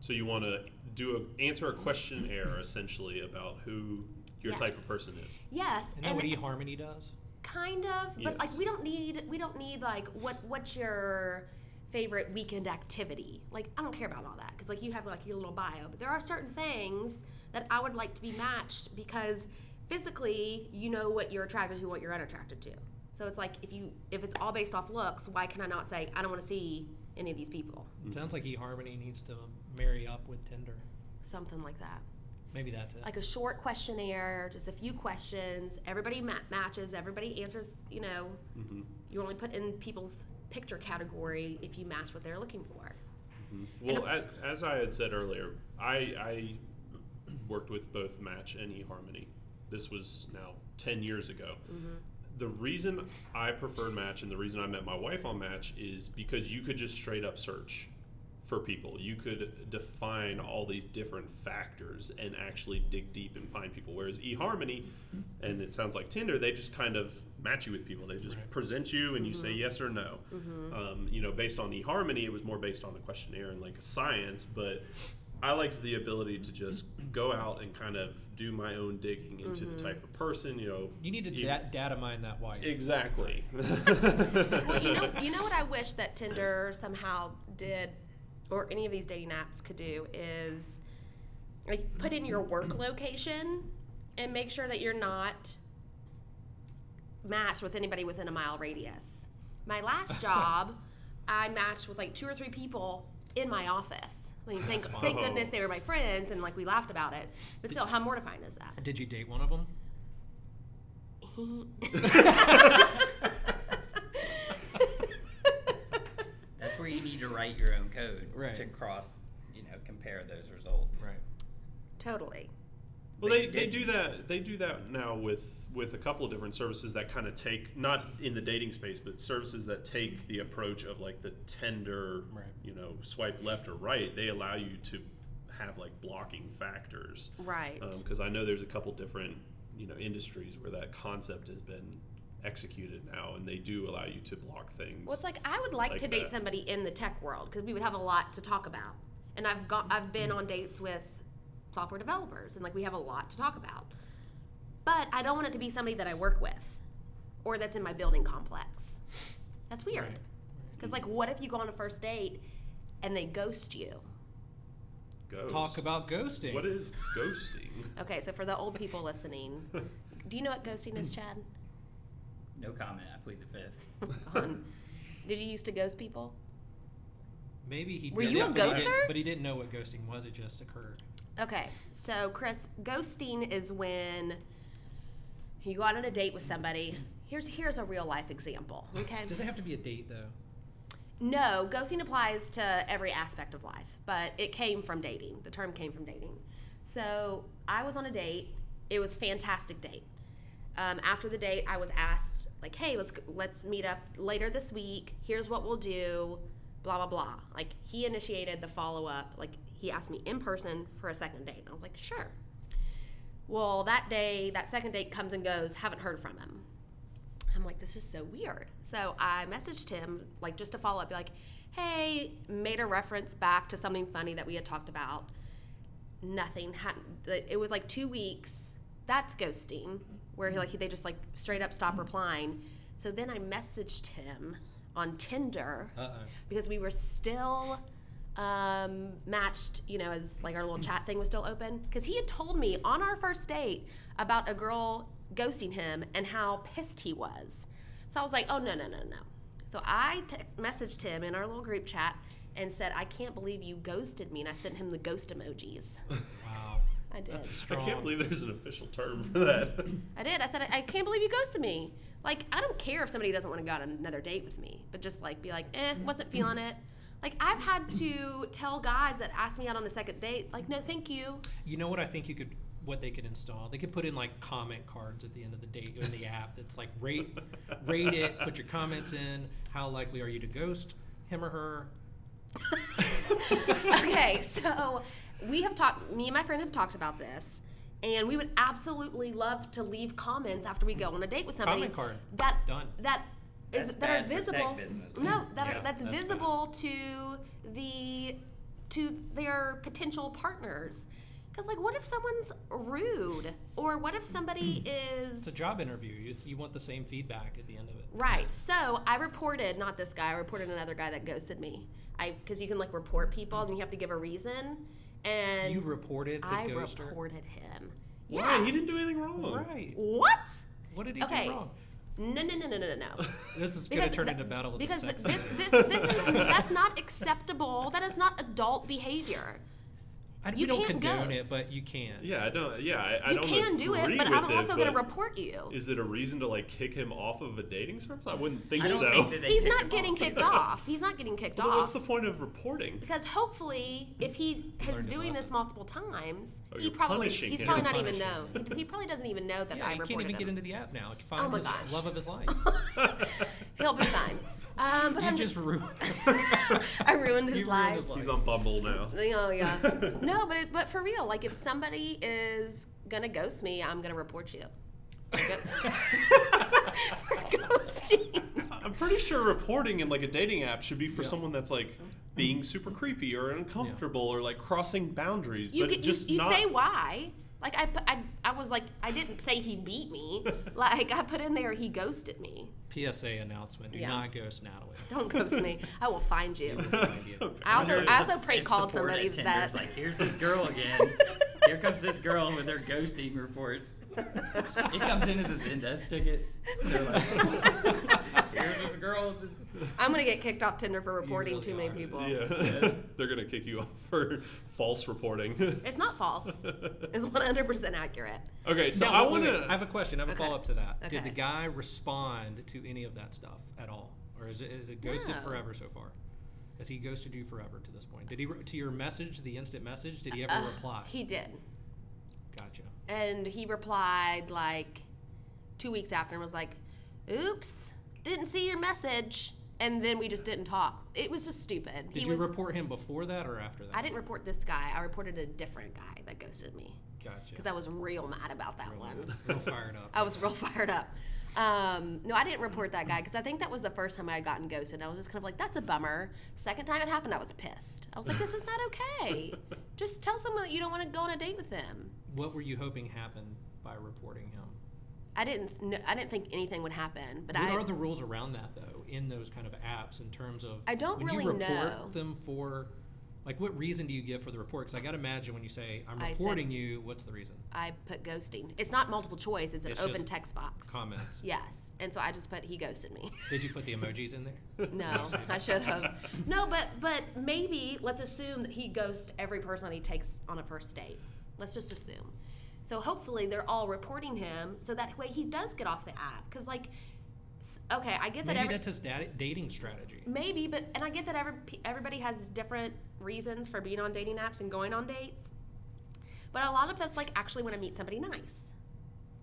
[SPEAKER 1] So you want to do a answer a questionnaire essentially about who your type
[SPEAKER 2] Yes.
[SPEAKER 1] of person is.
[SPEAKER 2] Yes,
[SPEAKER 3] Isn't that
[SPEAKER 2] and
[SPEAKER 3] what eHarmony does?
[SPEAKER 2] kind of, but like we
[SPEAKER 1] Yes.
[SPEAKER 2] don't need we don't need like what what's your favorite weekend activity? Like I don't care about all that because like you have like your little bio, but there are certain things that I would like to be matched because physically you know what you're attracted to, what you're unattracted to. So it's like if you if it's all based off looks, why can I not say I don't want to see any of these people?
[SPEAKER 3] It sounds
[SPEAKER 1] Mm-hmm.
[SPEAKER 3] like eHarmony needs to marry up with Tinder.
[SPEAKER 2] Something like that.
[SPEAKER 3] Maybe that's it.
[SPEAKER 2] like a short questionnaire, just a few questions. Everybody ma- matches. Everybody answers. You know,
[SPEAKER 1] Mm-hmm.
[SPEAKER 2] you only put in people's picture category if you match what they're looking for.
[SPEAKER 1] Well, a as I had said earlier, I, I worked with both Match and eHarmony. This was now 10 years ago. The reason I preferred Match and the reason I met my wife on Match is because you could just straight up search for people. You could define all these different factors and actually dig deep and find people. Whereas eHarmony, and it sounds like Tinder, they just kind of match you with people. They just
[SPEAKER 3] Right.
[SPEAKER 1] present you and you say yes or no. Um, you know, based on eHarmony, it was more based on a questionnaire and like a science, but I liked the ability to just go out and kind of do my own digging into the type of person, you know.
[SPEAKER 3] you need to
[SPEAKER 1] Yeah.
[SPEAKER 3] da- data mine that
[SPEAKER 1] [LAUGHS]
[SPEAKER 3] wife.
[SPEAKER 1] Exactly. Mm-hmm.
[SPEAKER 2] Well, you know, you know what I wish that Tinder somehow did, or any of these dating apps could do is, like, put in your work location and make sure that you're not matched with anybody within a mile radius. My last job, I matched with like two or three people in my office. I mean, thank,
[SPEAKER 3] That's
[SPEAKER 2] thank
[SPEAKER 1] wild.
[SPEAKER 2] goodness they were my friends, and like we laughed about it. But still, how mortifying is that?
[SPEAKER 3] Did you date one of them?
[SPEAKER 1] Mm-hmm. [LAUGHS]
[SPEAKER 4] That's where you need to write your own code
[SPEAKER 3] Right.
[SPEAKER 4] to cross, you know, compare those results.
[SPEAKER 3] Right.
[SPEAKER 2] totally.
[SPEAKER 1] Well,
[SPEAKER 4] They
[SPEAKER 1] they, they
[SPEAKER 4] did-
[SPEAKER 1] do that. They do that now with with a couple of different services that kind of take not in the dating space, but services that take the approach of like the tender,
[SPEAKER 3] Right.
[SPEAKER 1] you know, swipe left or right. They allow you to have like blocking factors
[SPEAKER 2] Right.
[SPEAKER 1] because I know there's a couple different you know industries where that concept has been executed now, and they do allow you to block things.
[SPEAKER 2] Well, it's like I would like,
[SPEAKER 1] Like
[SPEAKER 2] to date
[SPEAKER 1] that.
[SPEAKER 2] somebody in the tech world because we would have a lot to talk about. And I've got I've been on dates with software developers, and like we have a lot to talk about. But I don't want it to be somebody that I work with, or that's in my building complex. That's weird.
[SPEAKER 3] Right.
[SPEAKER 2] Because, like, what if you go on a first date and they ghost you?
[SPEAKER 1] Ghost.
[SPEAKER 3] Talk about ghosting.
[SPEAKER 1] Oh, What is
[SPEAKER 2] [LAUGHS]
[SPEAKER 1] ghosting? [LAUGHS]
[SPEAKER 2] Okay, so for the old people listening, do you know what ghosting is, [LAUGHS] Chad?
[SPEAKER 4] No comment. I plead the fifth.
[SPEAKER 2] Gone. Did you used to ghost people?
[SPEAKER 3] Maybe he.
[SPEAKER 2] Were
[SPEAKER 3] did
[SPEAKER 2] you a
[SPEAKER 3] it, but he didn't-
[SPEAKER 2] ghoster?
[SPEAKER 3] But he didn't know what ghosting was. It just occurred.
[SPEAKER 2] Okay, so Chris, ghosting is when you go out on a date with somebody. Here's here's a real life example. Okay.
[SPEAKER 3] Does it have to be a date though?
[SPEAKER 2] No, ghosting applies to every aspect of life, but it came from dating. The term came from dating. So I was on a date. It was fantastic date. Um, after the date, I was asked like, "Hey, let's g- let's meet up later this week. Here's what we'll do." Blah blah blah. Like he initiated the follow up. Like he asked me in person for a second date, and I was like, "Sure." Well, that day, that second date comes and goes. Haven't heard from him. I'm like, this is so weird. So I messaged him, like, just to follow up, be like, hey, made a reference back to something funny that we had talked about. Nothing happened. It was like two weeks. That's ghosting, where he, like they just like straight up stop replying. So then I messaged him on Tinder
[SPEAKER 3] Uh oh.
[SPEAKER 2] because we were still um, matched, you know, as like our little chat thing was still open. Because he had told me on our first date about a girl ghosting him and how pissed he was. So I was like, oh, no, no, no, no. So I text messaged him in our little group chat and said, I can't believe you ghosted me. And I sent him the ghost emojis.
[SPEAKER 3] Wow.
[SPEAKER 2] I did.
[SPEAKER 1] I
[SPEAKER 3] Strong.
[SPEAKER 1] can't believe there's an official term for that.
[SPEAKER 2] I did. I said, I, I can't believe you ghosted me. Like, I don't care if somebody doesn't want to go on another date with me, but just like be like, eh, wasn't feeling it. Like, I've had to tell guys that asked me out on a second date, like, no, thank you.
[SPEAKER 3] You know what I think you could what they could install? They could put in like comment cards at the end of the date in the app that's like rate rate it, put your comments in, how likely are you to ghost him or her?
[SPEAKER 2] okay, so we have talked, me and my friend have talked about this, and we would absolutely love to leave comments after we go on a date with somebody.
[SPEAKER 3] Comment card.
[SPEAKER 2] That,
[SPEAKER 3] Done.
[SPEAKER 2] that is,
[SPEAKER 4] That's
[SPEAKER 2] that are
[SPEAKER 4] bad for tech
[SPEAKER 2] visible.
[SPEAKER 4] business.
[SPEAKER 2] No, that
[SPEAKER 3] Yeah,
[SPEAKER 2] are, that's,
[SPEAKER 3] that's
[SPEAKER 2] visible to the to their potential partners. Because like, what if someone's rude, or what if
[SPEAKER 3] [CLEARS THROAT]
[SPEAKER 2] somebody is
[SPEAKER 3] It's a job interview. You, you want the same feedback at the end of it.
[SPEAKER 2] Right. So I reported not this guy. I reported another guy that ghosted me. I because you can like report people and you have to give a reason. And
[SPEAKER 3] You reported the
[SPEAKER 2] I
[SPEAKER 3] ghoster. Oh.
[SPEAKER 2] reported him.
[SPEAKER 1] Why?
[SPEAKER 2] Yeah.
[SPEAKER 1] He didn't do anything wrong.
[SPEAKER 3] Right.
[SPEAKER 2] What?
[SPEAKER 3] What did he
[SPEAKER 2] Okay.
[SPEAKER 3] do wrong?
[SPEAKER 2] No, no, no, no, no, no, no.
[SPEAKER 3] This is going to turn
[SPEAKER 2] the-
[SPEAKER 3] into battle of
[SPEAKER 2] because
[SPEAKER 3] the sexes.
[SPEAKER 2] this this this is
[SPEAKER 3] [LAUGHS]
[SPEAKER 2] that's not acceptable. That is not adult behavior.
[SPEAKER 3] I, we
[SPEAKER 2] you
[SPEAKER 3] don't
[SPEAKER 2] can't
[SPEAKER 3] condone
[SPEAKER 2] ghost.
[SPEAKER 3] it, but you can.
[SPEAKER 1] Yeah, I don't. Yeah, I, I
[SPEAKER 2] You
[SPEAKER 1] don't
[SPEAKER 2] can do it,
[SPEAKER 1] agree
[SPEAKER 2] but
[SPEAKER 1] with
[SPEAKER 2] I'm also going to
[SPEAKER 1] but
[SPEAKER 2] report you.
[SPEAKER 1] Is it a reason to like kick him off of a dating service? I wouldn't think
[SPEAKER 4] I don't
[SPEAKER 1] so.
[SPEAKER 4] think that they
[SPEAKER 2] He's
[SPEAKER 4] kicked
[SPEAKER 2] not
[SPEAKER 4] him
[SPEAKER 2] getting
[SPEAKER 4] off.
[SPEAKER 2] kicked off. He's not getting kicked
[SPEAKER 1] Well, then what's
[SPEAKER 2] off.
[SPEAKER 1] the point of reporting?
[SPEAKER 2] Because hopefully, if he is
[SPEAKER 3] his
[SPEAKER 2] doing this
[SPEAKER 3] lesson.
[SPEAKER 2] multiple times,
[SPEAKER 1] Oh,
[SPEAKER 2] he
[SPEAKER 1] you're
[SPEAKER 2] probably
[SPEAKER 1] punishing
[SPEAKER 2] he's
[SPEAKER 1] him.
[SPEAKER 2] probably not
[SPEAKER 3] You're
[SPEAKER 2] even know.
[SPEAKER 3] punishing
[SPEAKER 2] He, he probably doesn't even know that
[SPEAKER 3] Yeah,
[SPEAKER 2] I
[SPEAKER 3] he can't
[SPEAKER 2] reported
[SPEAKER 3] even get
[SPEAKER 2] him.
[SPEAKER 3] into the app now. He Find
[SPEAKER 2] Oh my
[SPEAKER 3] his
[SPEAKER 2] gosh.
[SPEAKER 3] love of his life.
[SPEAKER 2] [LAUGHS] [LAUGHS] He'll be fine. Um, but
[SPEAKER 3] you
[SPEAKER 2] I'm [LAUGHS]
[SPEAKER 3] just ruined. [LAUGHS]
[SPEAKER 2] I ruined his
[SPEAKER 3] you
[SPEAKER 2] life.
[SPEAKER 3] Ruined his
[SPEAKER 1] [LAUGHS]
[SPEAKER 3] life.
[SPEAKER 1] He's on Bumble now.
[SPEAKER 2] Oh yeah.
[SPEAKER 1] [LAUGHS]
[SPEAKER 2] No, but it, but for real, like if somebody is gonna ghost me, I'm gonna report you. For go- [LAUGHS] for ghosting.
[SPEAKER 1] I'm pretty sure reporting in like a dating app should be for
[SPEAKER 3] Yeah.
[SPEAKER 1] someone that's like being super creepy or uncomfortable or like crossing boundaries,
[SPEAKER 2] You
[SPEAKER 1] but
[SPEAKER 2] get,
[SPEAKER 1] just
[SPEAKER 2] you, you
[SPEAKER 1] not. [LAUGHS]
[SPEAKER 2] say why. Like I, put- I, I was like I didn't say he
[SPEAKER 1] [LAUGHS]
[SPEAKER 2] beat me. Like I put in there he ghosted me.
[SPEAKER 3] PSA announcement: Do
[SPEAKER 2] Yeah.
[SPEAKER 3] not ghost Natalie.
[SPEAKER 2] [LAUGHS] Don't ghost me. I will
[SPEAKER 1] [LAUGHS]
[SPEAKER 2] find you. I
[SPEAKER 1] I
[SPEAKER 2] also, I also prank
[SPEAKER 4] It's
[SPEAKER 2] called
[SPEAKER 4] support
[SPEAKER 2] somebody
[SPEAKER 4] at Tinder.
[SPEAKER 2] that.
[SPEAKER 4] It's like, here's this girl again.
[SPEAKER 1] [LAUGHS]
[SPEAKER 2] [LAUGHS]
[SPEAKER 4] Here comes this girl with her ghosting reports.
[SPEAKER 1] [LAUGHS]
[SPEAKER 4] It comes in as a Zendesk ticket. They're like, [LAUGHS] here's this girl. With this...
[SPEAKER 2] I'm gonna get kicked off Tinder for reporting
[SPEAKER 3] really
[SPEAKER 2] too many
[SPEAKER 3] are.
[SPEAKER 2] people. [LAUGHS]
[SPEAKER 1] yeah, [LAUGHS] they're gonna kick you off for false reporting. [LAUGHS]
[SPEAKER 2] It's not false. It's 100% accurate.
[SPEAKER 1] okay, so
[SPEAKER 3] Now,
[SPEAKER 1] I
[SPEAKER 3] wait,
[SPEAKER 1] want
[SPEAKER 3] wait, wait. I have
[SPEAKER 1] to.
[SPEAKER 3] a question. I have
[SPEAKER 2] Okay.
[SPEAKER 3] a follow up to that. Did the
[SPEAKER 2] Okay.
[SPEAKER 3] guy respond to any of that stuff at all, or is it, is it ghosted
[SPEAKER 2] No.
[SPEAKER 3] forever so far? Has he ghosted you forever to this point? Did he re- to your message, the instant message? Did he ever
[SPEAKER 2] Uh,
[SPEAKER 3] reply?
[SPEAKER 2] He did,
[SPEAKER 3] Gotcha.
[SPEAKER 2] and he replied like two weeks after and was like, "Oops, didn't see your message." And then we just didn't talk. It was just stupid.
[SPEAKER 3] Did
[SPEAKER 2] he
[SPEAKER 3] you
[SPEAKER 2] was.
[SPEAKER 3] report him before that or after that?
[SPEAKER 2] I didn't report this guy. I reported a different guy that ghosted me because
[SPEAKER 3] Gotcha.
[SPEAKER 2] I was real mad about that one.
[SPEAKER 3] Real fired up.
[SPEAKER 2] [LAUGHS] I was real fired up. Um, no, I didn't report that guy because I think that was the first time I had gotten ghosted. And I was just kind of like, that's a bummer. Second time it happened, I was pissed. I was like, this is not
[SPEAKER 3] [LAUGHS]
[SPEAKER 2] okay. just tell someone that you don't want to go on a date with them.
[SPEAKER 3] What were you hoping happened by reporting him?
[SPEAKER 2] I didn't. kn- I didn't think anything would happen, but
[SPEAKER 3] What
[SPEAKER 2] I
[SPEAKER 3] are the rules around that though in those kind of apps in terms of
[SPEAKER 2] I don't
[SPEAKER 3] when
[SPEAKER 2] really
[SPEAKER 3] you report
[SPEAKER 2] know.
[SPEAKER 3] them for like what reason do you give for the report? Because I got to imagine when you say I'm
[SPEAKER 2] I said-
[SPEAKER 3] reporting you, what's the reason?
[SPEAKER 2] I put ghosting. It's not multiple choice. It's an
[SPEAKER 3] It's
[SPEAKER 2] open
[SPEAKER 3] just
[SPEAKER 2] text box.
[SPEAKER 3] Comments.
[SPEAKER 2] Yes, and so I just put he ghosted
[SPEAKER 3] [LAUGHS]
[SPEAKER 2] me.
[SPEAKER 3] Did you put the emojis in there?
[SPEAKER 2] No, I should have. No, but but maybe let's assume that he ghosts every person he takes on a first date. Let's just assume. So hopefully they're all reporting him, so that way he does get off the app. Because like, s- okay, I get that
[SPEAKER 3] Maybe
[SPEAKER 2] every
[SPEAKER 3] that's his dati- dating strategy.
[SPEAKER 2] maybe, but and I get that every everybody has different reasons for being on dating apps and going on dates. But a lot of us like actually want to meet somebody nice.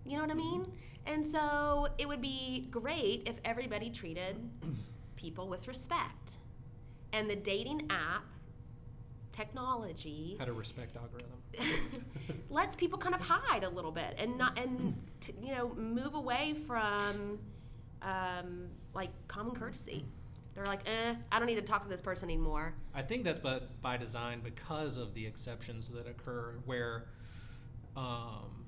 [SPEAKER 2] You know what I mean? And so it would be great if everybody treated people with respect. And the dating app technology
[SPEAKER 3] How to respect algorithm. [LAUGHS]
[SPEAKER 2] lets people kind of hide a little bit and not and t- you know move away from um, like common courtesy. They're like, eh, I don't need to talk to this person anymore.
[SPEAKER 3] I think that's but by design because of the exceptions that occur where um,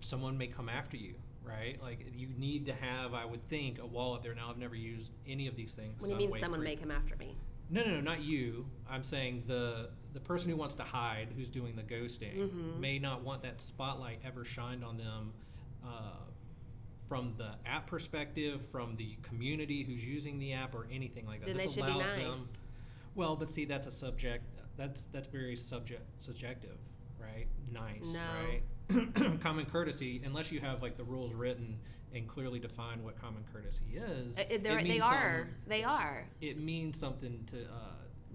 [SPEAKER 3] someone may come after you, right? Like you need to have, I would think, a wall up there. Now I've never used any of these things.
[SPEAKER 2] When
[SPEAKER 3] 'cause
[SPEAKER 2] you
[SPEAKER 3] I'm
[SPEAKER 2] mean
[SPEAKER 3] way
[SPEAKER 2] someone
[SPEAKER 3] free.
[SPEAKER 2] may come after me,
[SPEAKER 3] No, no, no, not you. I'm saying the the person who wants to hide, who's doing the ghosting,
[SPEAKER 2] Mm-hmm.
[SPEAKER 3] may not want that spotlight ever shined on them. Uh, from the app perspective, from the community who's using the app, or anything like that,
[SPEAKER 2] Then they should be
[SPEAKER 3] them.
[SPEAKER 2] nice.
[SPEAKER 3] Well, but see, that's a subject. That's that's very subject subjective, right? Nice, right? [CLEARS THROAT] common courtesy, unless you have like the rules written and clearly define what common courtesy is,
[SPEAKER 2] Uh, uh, they're- they
[SPEAKER 3] means
[SPEAKER 2] are
[SPEAKER 3] something-
[SPEAKER 2] they are
[SPEAKER 3] It means something to. Uh,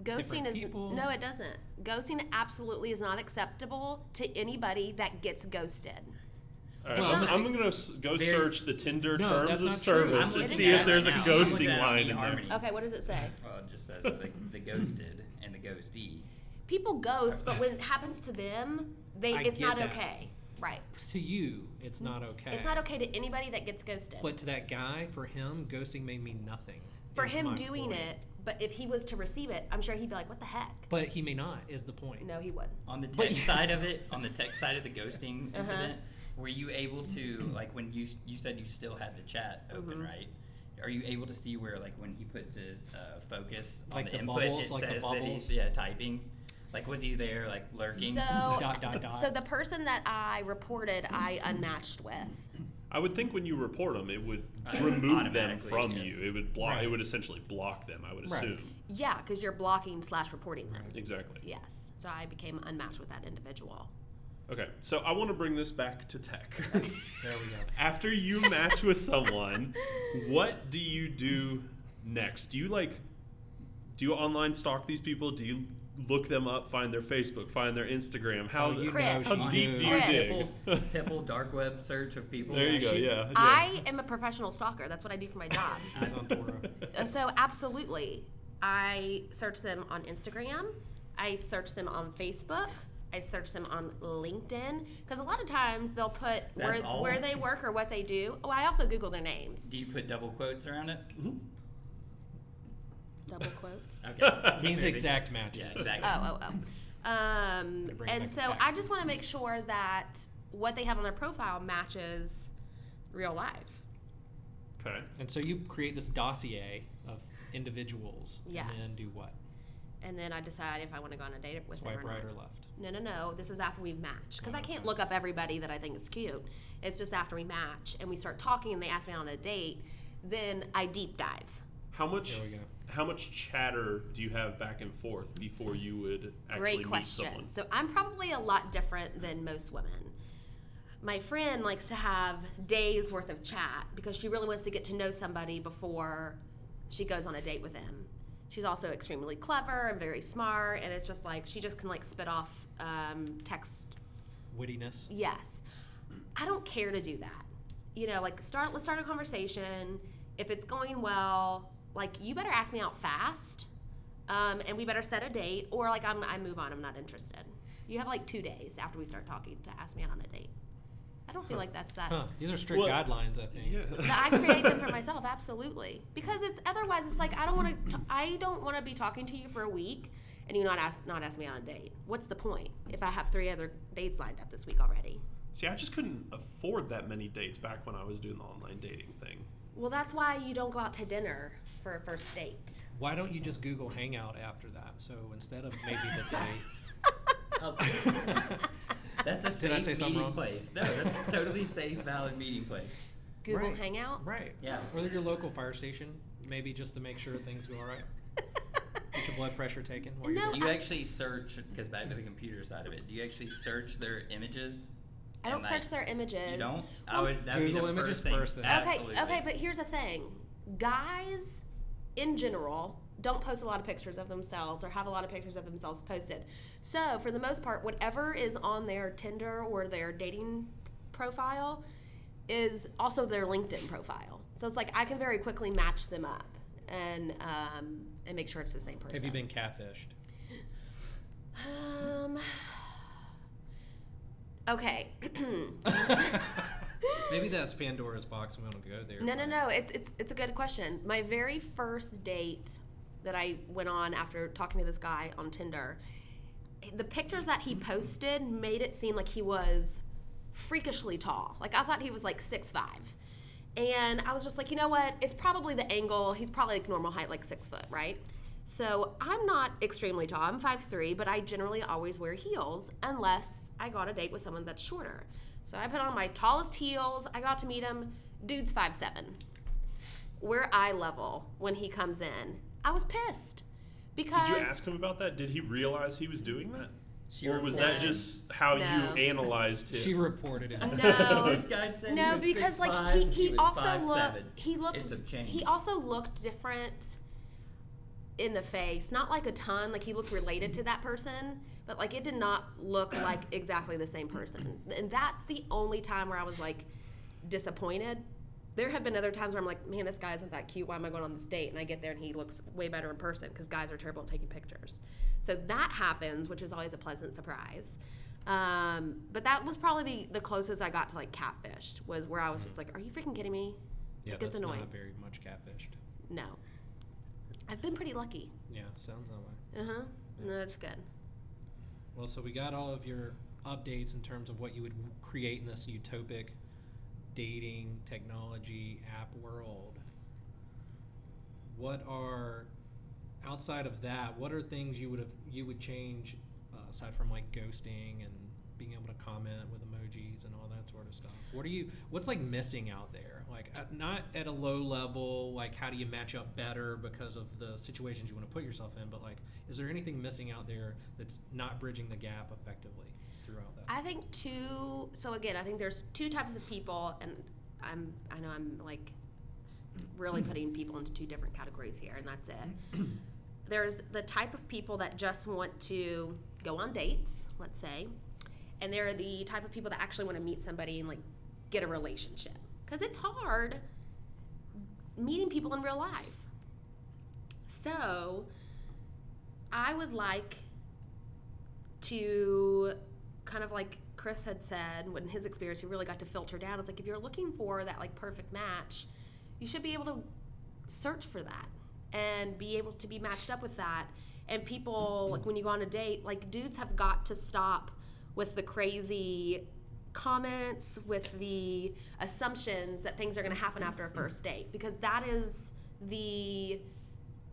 [SPEAKER 2] ghosting
[SPEAKER 3] different
[SPEAKER 2] is
[SPEAKER 3] people.
[SPEAKER 2] no, it doesn't. Ghosting absolutely is not acceptable to anybody that gets ghosted.
[SPEAKER 1] All right,
[SPEAKER 3] Well,
[SPEAKER 1] I'm,
[SPEAKER 3] but-
[SPEAKER 1] I'm gonna s- go
[SPEAKER 4] Very-
[SPEAKER 1] search the Tinder
[SPEAKER 3] No, that's
[SPEAKER 1] terms
[SPEAKER 3] not
[SPEAKER 1] of
[SPEAKER 3] true.
[SPEAKER 1] service
[SPEAKER 4] I'm
[SPEAKER 1] and
[SPEAKER 2] with
[SPEAKER 1] see if
[SPEAKER 2] that
[SPEAKER 1] there's a
[SPEAKER 2] now. I'm
[SPEAKER 4] with
[SPEAKER 1] ghosting
[SPEAKER 4] that
[SPEAKER 1] line in there.
[SPEAKER 4] eHarmony.
[SPEAKER 2] Okay, what does it say?
[SPEAKER 4] Well, it just says the, the ghosted and the E. ghostee.
[SPEAKER 2] People ghost, but when it happens to them, they
[SPEAKER 3] I
[SPEAKER 2] it's
[SPEAKER 3] get
[SPEAKER 2] not
[SPEAKER 3] that.
[SPEAKER 2] okay. Right.
[SPEAKER 3] to you, it's not okay.
[SPEAKER 2] Mm, It's not okay to anybody that gets ghosted.
[SPEAKER 3] But to that guy, for him, ghosting may mean nothing.
[SPEAKER 2] for
[SPEAKER 3] is
[SPEAKER 2] him
[SPEAKER 3] my
[SPEAKER 2] doing
[SPEAKER 3] point.
[SPEAKER 2] it, but if he was to receive it, I'm sure he'd be like, "What the heck?"
[SPEAKER 3] But he may not, is the point.
[SPEAKER 2] No, he wouldn't.
[SPEAKER 4] On the
[SPEAKER 3] But
[SPEAKER 4] tech
[SPEAKER 3] you- [LAUGHS]
[SPEAKER 4] side of it, on the tech side of the ghosting
[SPEAKER 2] Uh-huh.
[SPEAKER 4] incident, were you able
[SPEAKER 3] [CLEARS THROAT]
[SPEAKER 4] to like when you you said you still had the chat open,
[SPEAKER 3] Mm-hmm.
[SPEAKER 4] right? Are you able to see where like when he puts his uh, focus on
[SPEAKER 3] Like
[SPEAKER 4] the,
[SPEAKER 3] the
[SPEAKER 4] input,
[SPEAKER 3] bubbles,
[SPEAKER 4] it
[SPEAKER 3] like the
[SPEAKER 4] says that
[SPEAKER 3] bubbles?
[SPEAKER 4] he's yeah typing? Like was he there like lurking?
[SPEAKER 2] So,
[SPEAKER 3] Dot, dot, dot.
[SPEAKER 2] so the person that I reported, I unmatched with.
[SPEAKER 1] I would think when you report them, it would
[SPEAKER 4] Uh,
[SPEAKER 1] remove them
[SPEAKER 4] automatically,
[SPEAKER 1] from
[SPEAKER 4] yeah.
[SPEAKER 1] you. It would block. It
[SPEAKER 3] Right.
[SPEAKER 1] would essentially block them. I would
[SPEAKER 3] Right.
[SPEAKER 1] assume.
[SPEAKER 2] Yeah, because you're blocking slash reporting them.
[SPEAKER 1] Exactly.
[SPEAKER 2] Yes. So I became unmatched with that individual.
[SPEAKER 1] Okay, so I want to bring this back to tech. [LAUGHS]
[SPEAKER 3] There we go.
[SPEAKER 1] After you match with someone, what do you do next? Do you like do you online stalk these people? Do you look them up, find their Facebook, find their Instagram? How
[SPEAKER 3] Oh, you
[SPEAKER 2] Chris.
[SPEAKER 1] how
[SPEAKER 2] Dude.
[SPEAKER 4] On
[SPEAKER 1] deep do
[SPEAKER 4] our
[SPEAKER 1] you
[SPEAKER 2] Chris.
[SPEAKER 1] dig?
[SPEAKER 4] Pipple, Pipple dark web search of
[SPEAKER 1] [LAUGHS]
[SPEAKER 4] people.
[SPEAKER 1] There you go.
[SPEAKER 4] actually-
[SPEAKER 1] Yeah. yeah.
[SPEAKER 2] I am a professional stalker. That's what I do for my job.
[SPEAKER 4] [LAUGHS]
[SPEAKER 3] She's on
[SPEAKER 2] [LAUGHS]
[SPEAKER 3] Toro.
[SPEAKER 2] Uh, so absolutely, I search them on Instagram. I search them on Facebook. I search them on LinkedIn because a lot of times they'll put where,
[SPEAKER 4] That's all?
[SPEAKER 2] where they work or what they do. Oh, I also Google their names.
[SPEAKER 4] Do you put double quotes around
[SPEAKER 3] [LAUGHS]
[SPEAKER 4] it?
[SPEAKER 2] Double quotes.
[SPEAKER 4] Okay.
[SPEAKER 3] Means
[SPEAKER 4] Maybe.
[SPEAKER 3] exact matches.
[SPEAKER 4] Yeah, exactly.
[SPEAKER 2] Oh, oh, oh. Um,
[SPEAKER 3] They bring
[SPEAKER 2] and
[SPEAKER 3] back the
[SPEAKER 2] so
[SPEAKER 3] tech.
[SPEAKER 2] I just want to make sure that what they have on their profile matches real life.
[SPEAKER 1] Okay.
[SPEAKER 3] And so you create this dossier of individuals.
[SPEAKER 2] Yes.
[SPEAKER 3] And then do what?
[SPEAKER 2] And then I decide if I want to go on a date with
[SPEAKER 3] Swipe
[SPEAKER 2] them or
[SPEAKER 3] right
[SPEAKER 2] not.
[SPEAKER 3] or left.
[SPEAKER 2] No, no, no. This is after we've matched because I can't
[SPEAKER 3] Okay.
[SPEAKER 2] look up everybody that I think is cute. It's just after we match and we start talking and they ask me on a date. Then I deep dive.
[SPEAKER 1] How much
[SPEAKER 3] There we go.
[SPEAKER 1] how much chatter do you have back and forth before you would actually
[SPEAKER 2] Great
[SPEAKER 1] meet
[SPEAKER 2] question.
[SPEAKER 1] someone?
[SPEAKER 2] So I'm probably a lot different than most women. My friend likes to have days worth of chat because she really wants to get to know somebody before she goes on a date with them. She's also extremely clever and very smart, and it's just like she just can like spit off um, text
[SPEAKER 3] Wittiness.
[SPEAKER 2] Yes. I don't care to do that. You know, like start let's start a conversation. If it's going well, like you better ask me out fast. Um, and we better set a date or like I'm I move on, I'm not interested. You have like two days after we start talking to ask me out on a date. I don't feel like that's that
[SPEAKER 3] Huh. These are strict
[SPEAKER 1] Well,
[SPEAKER 3] guidelines, I think.
[SPEAKER 2] that I create
[SPEAKER 1] [LAUGHS]
[SPEAKER 2] them for myself, absolutely. Because it's otherwise it's like I don't want to I don't want to be talking to you for a week and you not ask not ask me on a date. What's the point if I have three other dates lined up this week already?
[SPEAKER 1] See, I just couldn't afford that many dates back when I was doing the online dating thing.
[SPEAKER 2] Well, that's why you don't go out to dinner for a first date.
[SPEAKER 3] Why don't you just Google Hangout after that? So instead of Uh, maybe
[SPEAKER 2] [LAUGHS]
[SPEAKER 3] the day,
[SPEAKER 4] Oh,
[SPEAKER 3] [LAUGHS]
[SPEAKER 4] that's a
[SPEAKER 3] Did I
[SPEAKER 4] safe
[SPEAKER 3] say something wrong?
[SPEAKER 4] meeting place. No, that's a totally safe, valid meeting place.
[SPEAKER 2] Google
[SPEAKER 3] Right.
[SPEAKER 2] Hangout.
[SPEAKER 3] right?
[SPEAKER 4] Yeah.
[SPEAKER 3] Or your local fire station, maybe just to make sure things go
[SPEAKER 2] [LAUGHS]
[SPEAKER 3] all right. Get your blood pressure taken. While
[SPEAKER 2] No,
[SPEAKER 3] you're
[SPEAKER 4] Do you
[SPEAKER 2] I-
[SPEAKER 4] actually search? Because back to the computer side of it, do you actually search their images?
[SPEAKER 2] I don't
[SPEAKER 4] And, like,
[SPEAKER 2] search their images.
[SPEAKER 4] You don't. I
[SPEAKER 2] Well,
[SPEAKER 4] would. That
[SPEAKER 3] Google
[SPEAKER 4] be the
[SPEAKER 3] images
[SPEAKER 4] first thing.
[SPEAKER 3] first, then.
[SPEAKER 2] Okay,
[SPEAKER 4] Absolutely.
[SPEAKER 2] okay, but here's the thing. Guys in general don't post a lot of pictures of themselves or have a lot of pictures of themselves posted. So, for the most part, whatever is on their Tinder or their dating profile is also their LinkedIn profile. So it's like I can very quickly match them up and um, and make sure it's the same person.
[SPEAKER 3] Have you
[SPEAKER 2] [LAUGHS]
[SPEAKER 3] been catfished?
[SPEAKER 2] Um. Okay.
[SPEAKER 3] [LAUGHS] Maybe that's Pandora's box, and we don't go there.
[SPEAKER 2] No, no, no. It's it's it's a good question. My very first date that I went on after talking to this guy on Tinder, the pictures that he posted made it seem like he was freakishly tall. Like I thought he was like six five. And I was just like, you know what? It's probably the angle. He's probably like normal height, like six foot, right? So I'm not extremely tall. I'm 5'3, but I generally always wear heels unless I go on a date with someone that's shorter. So I put on my tallest heels. I got to meet him. Dude's 5'7. We're eye level when he comes in. I was pissed because.
[SPEAKER 1] Did you ask him about that? Did he realize he was doing that?
[SPEAKER 4] She
[SPEAKER 1] or was
[SPEAKER 2] No.
[SPEAKER 1] that just how
[SPEAKER 2] No.
[SPEAKER 1] you analyzed him?
[SPEAKER 3] She reported
[SPEAKER 4] [LAUGHS]
[SPEAKER 2] [LAUGHS]
[SPEAKER 3] it.
[SPEAKER 2] No.
[SPEAKER 4] this guy said he
[SPEAKER 2] No,
[SPEAKER 4] was
[SPEAKER 2] because like
[SPEAKER 4] 6'5",
[SPEAKER 2] he, he,
[SPEAKER 4] was
[SPEAKER 2] also
[SPEAKER 4] 5'7".
[SPEAKER 2] looked he looked
[SPEAKER 4] It's a change.
[SPEAKER 2] he also looked different in the face. Not like a ton, like he looked related to that person, but like it did not look like exactly the same person. And that's the only time where I was like disappointed. There have been other times where I'm like, man, this guy isn't that cute. Why am I going on this date? And I get there and he looks way better in person because guys are terrible at taking pictures. So that happens, which is always a pleasant surprise. Um, but that was probably the, the closest I got to like catfished was where I was just
[SPEAKER 4] Mm-hmm.
[SPEAKER 2] like, are you freaking kidding me?
[SPEAKER 3] yeah,
[SPEAKER 2] It gets
[SPEAKER 3] that's
[SPEAKER 2] annoying.
[SPEAKER 3] not very much catfished.
[SPEAKER 2] No. I've been pretty lucky.
[SPEAKER 3] Yeah, sounds that way.
[SPEAKER 2] Uh huh. No, that's good.
[SPEAKER 3] Well, so we got all of your updates in terms of what you would create in this utopic dating technology app world. What are outside of that? What are things you would have you would change uh, aside from like ghosting and being able to comment with emojis and all that sort of stuff? What are you? What's like missing out there? Like at, not at a low level. Like how do you match up better because of the situations you want to put yourself in? But like, is there anything missing out there that's not bridging the gap effectively throughout that?
[SPEAKER 2] I think two. So again, I think there's two types of people, and I'm. I know I'm like really putting people into two different categories here, and that's it. There's the type of people that just want to go on dates, let's say, and they're the type of people that actually want to meet somebody and like get a relationship because it's hard meeting people in real life. So, I would like to kind of like Chris had said when his experience he really got to filter down. It's like if you're looking for that like perfect match, you should be able to search for that and be able to be matched up with that. And people like when you go on a date, like dudes have got to stop with the crazy comments, with the assumptions that things are going to happen after a first date because that is the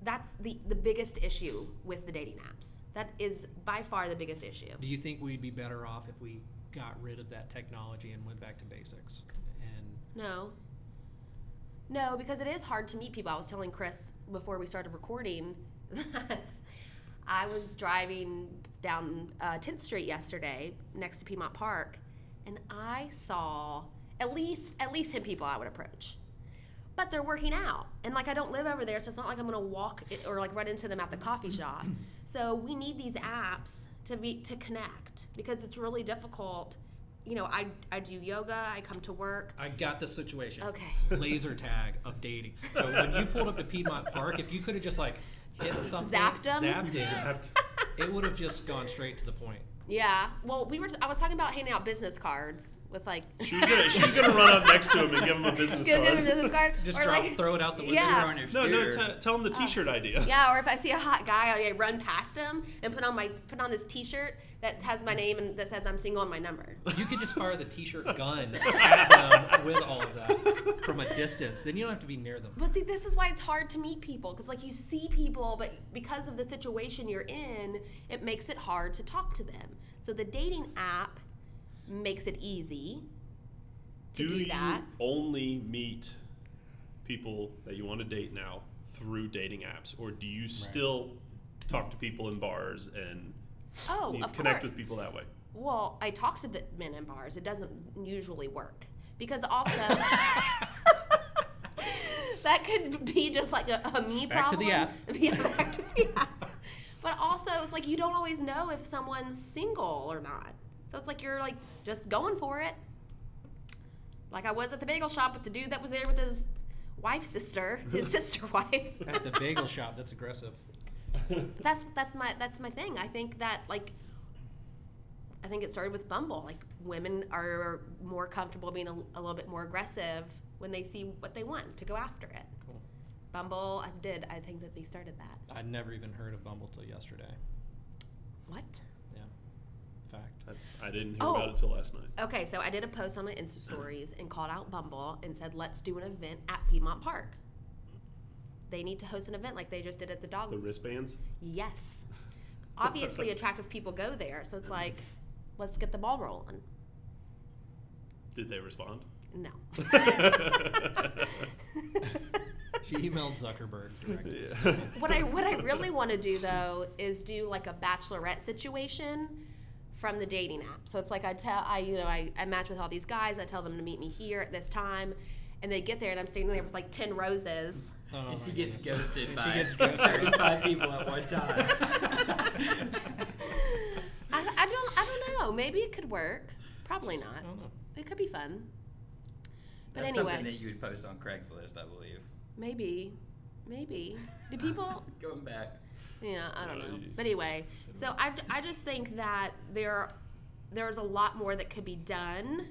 [SPEAKER 2] that's the the biggest issue with the dating apps. That is by far the biggest issue.
[SPEAKER 3] Do you think we'd be better off if we got rid of that technology and went back to basics? And
[SPEAKER 2] No. No, because it is hard to meet people. I was telling Chris before we started recording that I was driving down uh, 10th Street yesterday next to Piedmont Park, and I saw at least at least 10 people I would approach. But they're working out, and like I don't live over there, so it's not like I'm gonna walk it, or like run into them at the coffee shop. So we need these apps to be to connect because it's really difficult. You know, I I do yoga, I come to work,
[SPEAKER 3] I got the situation.
[SPEAKER 2] Okay.
[SPEAKER 3] Laser tag of dating. So when you pulled up to Piedmont Park, if you could have just like hit something,
[SPEAKER 2] Zapped 'em?
[SPEAKER 3] zapped it,
[SPEAKER 1] Zapped.
[SPEAKER 3] it would have just gone straight to the point.
[SPEAKER 2] Yeah. Well, we were. I was talking about handing out business cards
[SPEAKER 1] [LAUGHS]
[SPEAKER 2] with like.
[SPEAKER 1] She was gonna, she was gonna run
[SPEAKER 2] [LAUGHS]
[SPEAKER 1] up next to him and give him a business
[SPEAKER 2] Give
[SPEAKER 1] card.
[SPEAKER 2] him a business
[SPEAKER 1] [LAUGHS]
[SPEAKER 2] card.
[SPEAKER 3] Just
[SPEAKER 2] or
[SPEAKER 3] drop,
[SPEAKER 2] like,
[SPEAKER 3] throw it out the window.
[SPEAKER 2] Yeah.
[SPEAKER 4] You're on your
[SPEAKER 1] no, no,
[SPEAKER 4] scooter.
[SPEAKER 1] t- tell him
[SPEAKER 2] Oh.
[SPEAKER 1] the T-shirt idea.
[SPEAKER 2] Yeah. Or if I see a hot guy, I run past him and put on my put on this T-shirt that has my name and that says I'm single and
[SPEAKER 1] [LAUGHS]
[SPEAKER 2] my number.
[SPEAKER 3] You could just fire the t-shirt gun at them with all of that from a distance. Then you don't have to be near them.
[SPEAKER 2] But see, this is why it's hard to meet people because, like, you see people, but because of the situation you're in, it makes it hard to talk to them. So the dating app makes it easy to do,
[SPEAKER 1] you
[SPEAKER 2] that.
[SPEAKER 1] only meet people that you want to date now through dating apps, or do you still talk to people in bars and
[SPEAKER 2] Oh,
[SPEAKER 1] you
[SPEAKER 2] of
[SPEAKER 1] connect
[SPEAKER 2] course.
[SPEAKER 1] with people that way?
[SPEAKER 2] Well, I talk to the men in bars. It doesn't usually work because
[SPEAKER 3] [LAUGHS]
[SPEAKER 2] also that could be just like a, a me
[SPEAKER 3] Back to
[SPEAKER 2] problem.
[SPEAKER 3] the app.
[SPEAKER 2] [LAUGHS] Yeah, back to the app. But also, it's like you don't always know if someone's single or not. So it's like you're like just going for it. Like I was at the bagel shop with the dude that was there with his wife's sister,
[SPEAKER 3] [LAUGHS]
[SPEAKER 2] his sister wife.
[SPEAKER 3] At the bagel shop, that's aggressive.
[SPEAKER 2] But that's that's my that's my thing. I think that like I think it started with Bumble. Like women are more comfortable being a, a little bit more aggressive when they see what they want to go after it.
[SPEAKER 3] Cool.
[SPEAKER 2] Bumble I did I think that they started that.
[SPEAKER 3] I'd never even heard of Bumble till yesterday.
[SPEAKER 2] What?
[SPEAKER 3] Yeah, fact.
[SPEAKER 1] I, I didn't hear
[SPEAKER 2] Oh.
[SPEAKER 1] about it till last night.
[SPEAKER 2] Okay, so I did a post on my Insta stories and called out Bumble and said let's do an event at Piedmont Park. They need to host an event like they just did at the dog
[SPEAKER 1] The wristbands. [LAUGHS]
[SPEAKER 2] Yes. Um, Obviously, attractive people go there, so it's like, let's get the ball rolling.
[SPEAKER 1] Did they respond?
[SPEAKER 2] No.
[SPEAKER 3] She emailed Zuckerberg directly.
[SPEAKER 1] Yeah.
[SPEAKER 2] [LAUGHS] what I what I really want to do though is do like a bachelorette situation from the dating app. So it's like I tell I you know I, I match with all these guys. I tell them to meet me here at this time, and they get there, and I'm standing there with like ten roses.
[SPEAKER 3] Oh
[SPEAKER 4] and she
[SPEAKER 3] my
[SPEAKER 4] gets
[SPEAKER 3] goodness.
[SPEAKER 4] ghosted
[SPEAKER 3] And
[SPEAKER 4] by
[SPEAKER 3] she gets ghosted.
[SPEAKER 4] 35 people at one [LAUGHS] time.
[SPEAKER 2] [LAUGHS] I, I don't I don't know. Maybe it could work. Probably
[SPEAKER 3] I
[SPEAKER 2] not.
[SPEAKER 3] don't know.
[SPEAKER 2] It could be fun. But
[SPEAKER 4] That's
[SPEAKER 2] anyway,
[SPEAKER 4] something that you would post on Craigslist, I believe.
[SPEAKER 2] maybe, maybe. Do people?
[SPEAKER 4] [LAUGHS] Going back.
[SPEAKER 2] Yeah, I don't
[SPEAKER 1] Uh,
[SPEAKER 2] know.
[SPEAKER 1] you-
[SPEAKER 2] But anyway, so I, I just think that there there's a lot more that could be done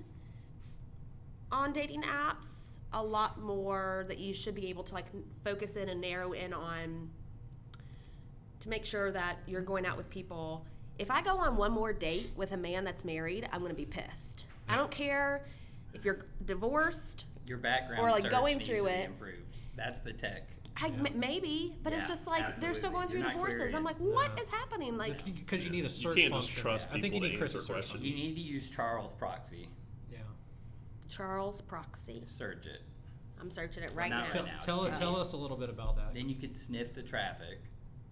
[SPEAKER 2] on dating apps. A lot more that you should be able to like focus in and narrow in on to make sure that you're going out with people. If I go on one more date with a man that's married, I'm going to be pissed. I don't care if you're divorced.
[SPEAKER 4] Your background
[SPEAKER 2] Or, like,
[SPEAKER 4] search
[SPEAKER 2] going
[SPEAKER 4] needs
[SPEAKER 2] through
[SPEAKER 4] to be
[SPEAKER 2] it.
[SPEAKER 4] Improved. That's the tech.
[SPEAKER 2] I,
[SPEAKER 3] Yeah.
[SPEAKER 2] m- maybe, but it's
[SPEAKER 4] Yeah,
[SPEAKER 2] just like they're still going
[SPEAKER 4] absolutely.
[SPEAKER 2] through
[SPEAKER 4] You're not
[SPEAKER 2] divorces.
[SPEAKER 4] querying.
[SPEAKER 2] I'm like, what is
[SPEAKER 3] No.
[SPEAKER 2] happening? Like,
[SPEAKER 3] because you need
[SPEAKER 1] You
[SPEAKER 3] a search
[SPEAKER 1] can't just
[SPEAKER 3] function.
[SPEAKER 1] trust
[SPEAKER 3] I think you
[SPEAKER 1] people to
[SPEAKER 3] need Chris's
[SPEAKER 1] answer
[SPEAKER 3] search
[SPEAKER 1] questions.
[SPEAKER 4] You
[SPEAKER 3] function.
[SPEAKER 4] need to use Charles proxy.
[SPEAKER 3] Yeah.
[SPEAKER 2] Charles Proxy.
[SPEAKER 4] Search it.
[SPEAKER 2] I'm searching it right now.
[SPEAKER 4] Not right
[SPEAKER 3] Tell,
[SPEAKER 4] now, it's
[SPEAKER 3] tell,
[SPEAKER 4] fine.
[SPEAKER 3] tell us a little bit about that.
[SPEAKER 4] Then you can sniff the traffic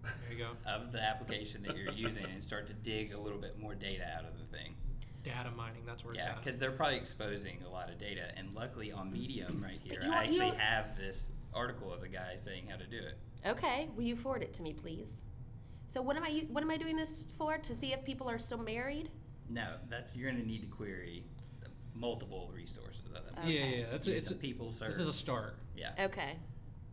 [SPEAKER 3] There you go.
[SPEAKER 4] of the application that you're using and start to dig a little bit more data out of the thing.
[SPEAKER 3] Data mining. That's where
[SPEAKER 4] Yeah,
[SPEAKER 3] it's at.
[SPEAKER 4] because they're probably exposing a lot of data. And luckily on Medium right here,
[SPEAKER 2] you
[SPEAKER 4] I
[SPEAKER 2] want- you
[SPEAKER 4] actually
[SPEAKER 2] don't-
[SPEAKER 4] have this article of a guy saying how to do it.
[SPEAKER 2] Okay, will you forward it to me, please? So what am I u- what am I doing this for? To see if people are still married?
[SPEAKER 4] No, that's you're going to need to query multiple resources. Of that.
[SPEAKER 2] Okay.
[SPEAKER 3] Yeah, yeah, yeah. That's
[SPEAKER 4] Use
[SPEAKER 3] it's
[SPEAKER 4] the
[SPEAKER 3] a,
[SPEAKER 4] people search.
[SPEAKER 3] this is a start.
[SPEAKER 4] yeah,
[SPEAKER 2] Okay,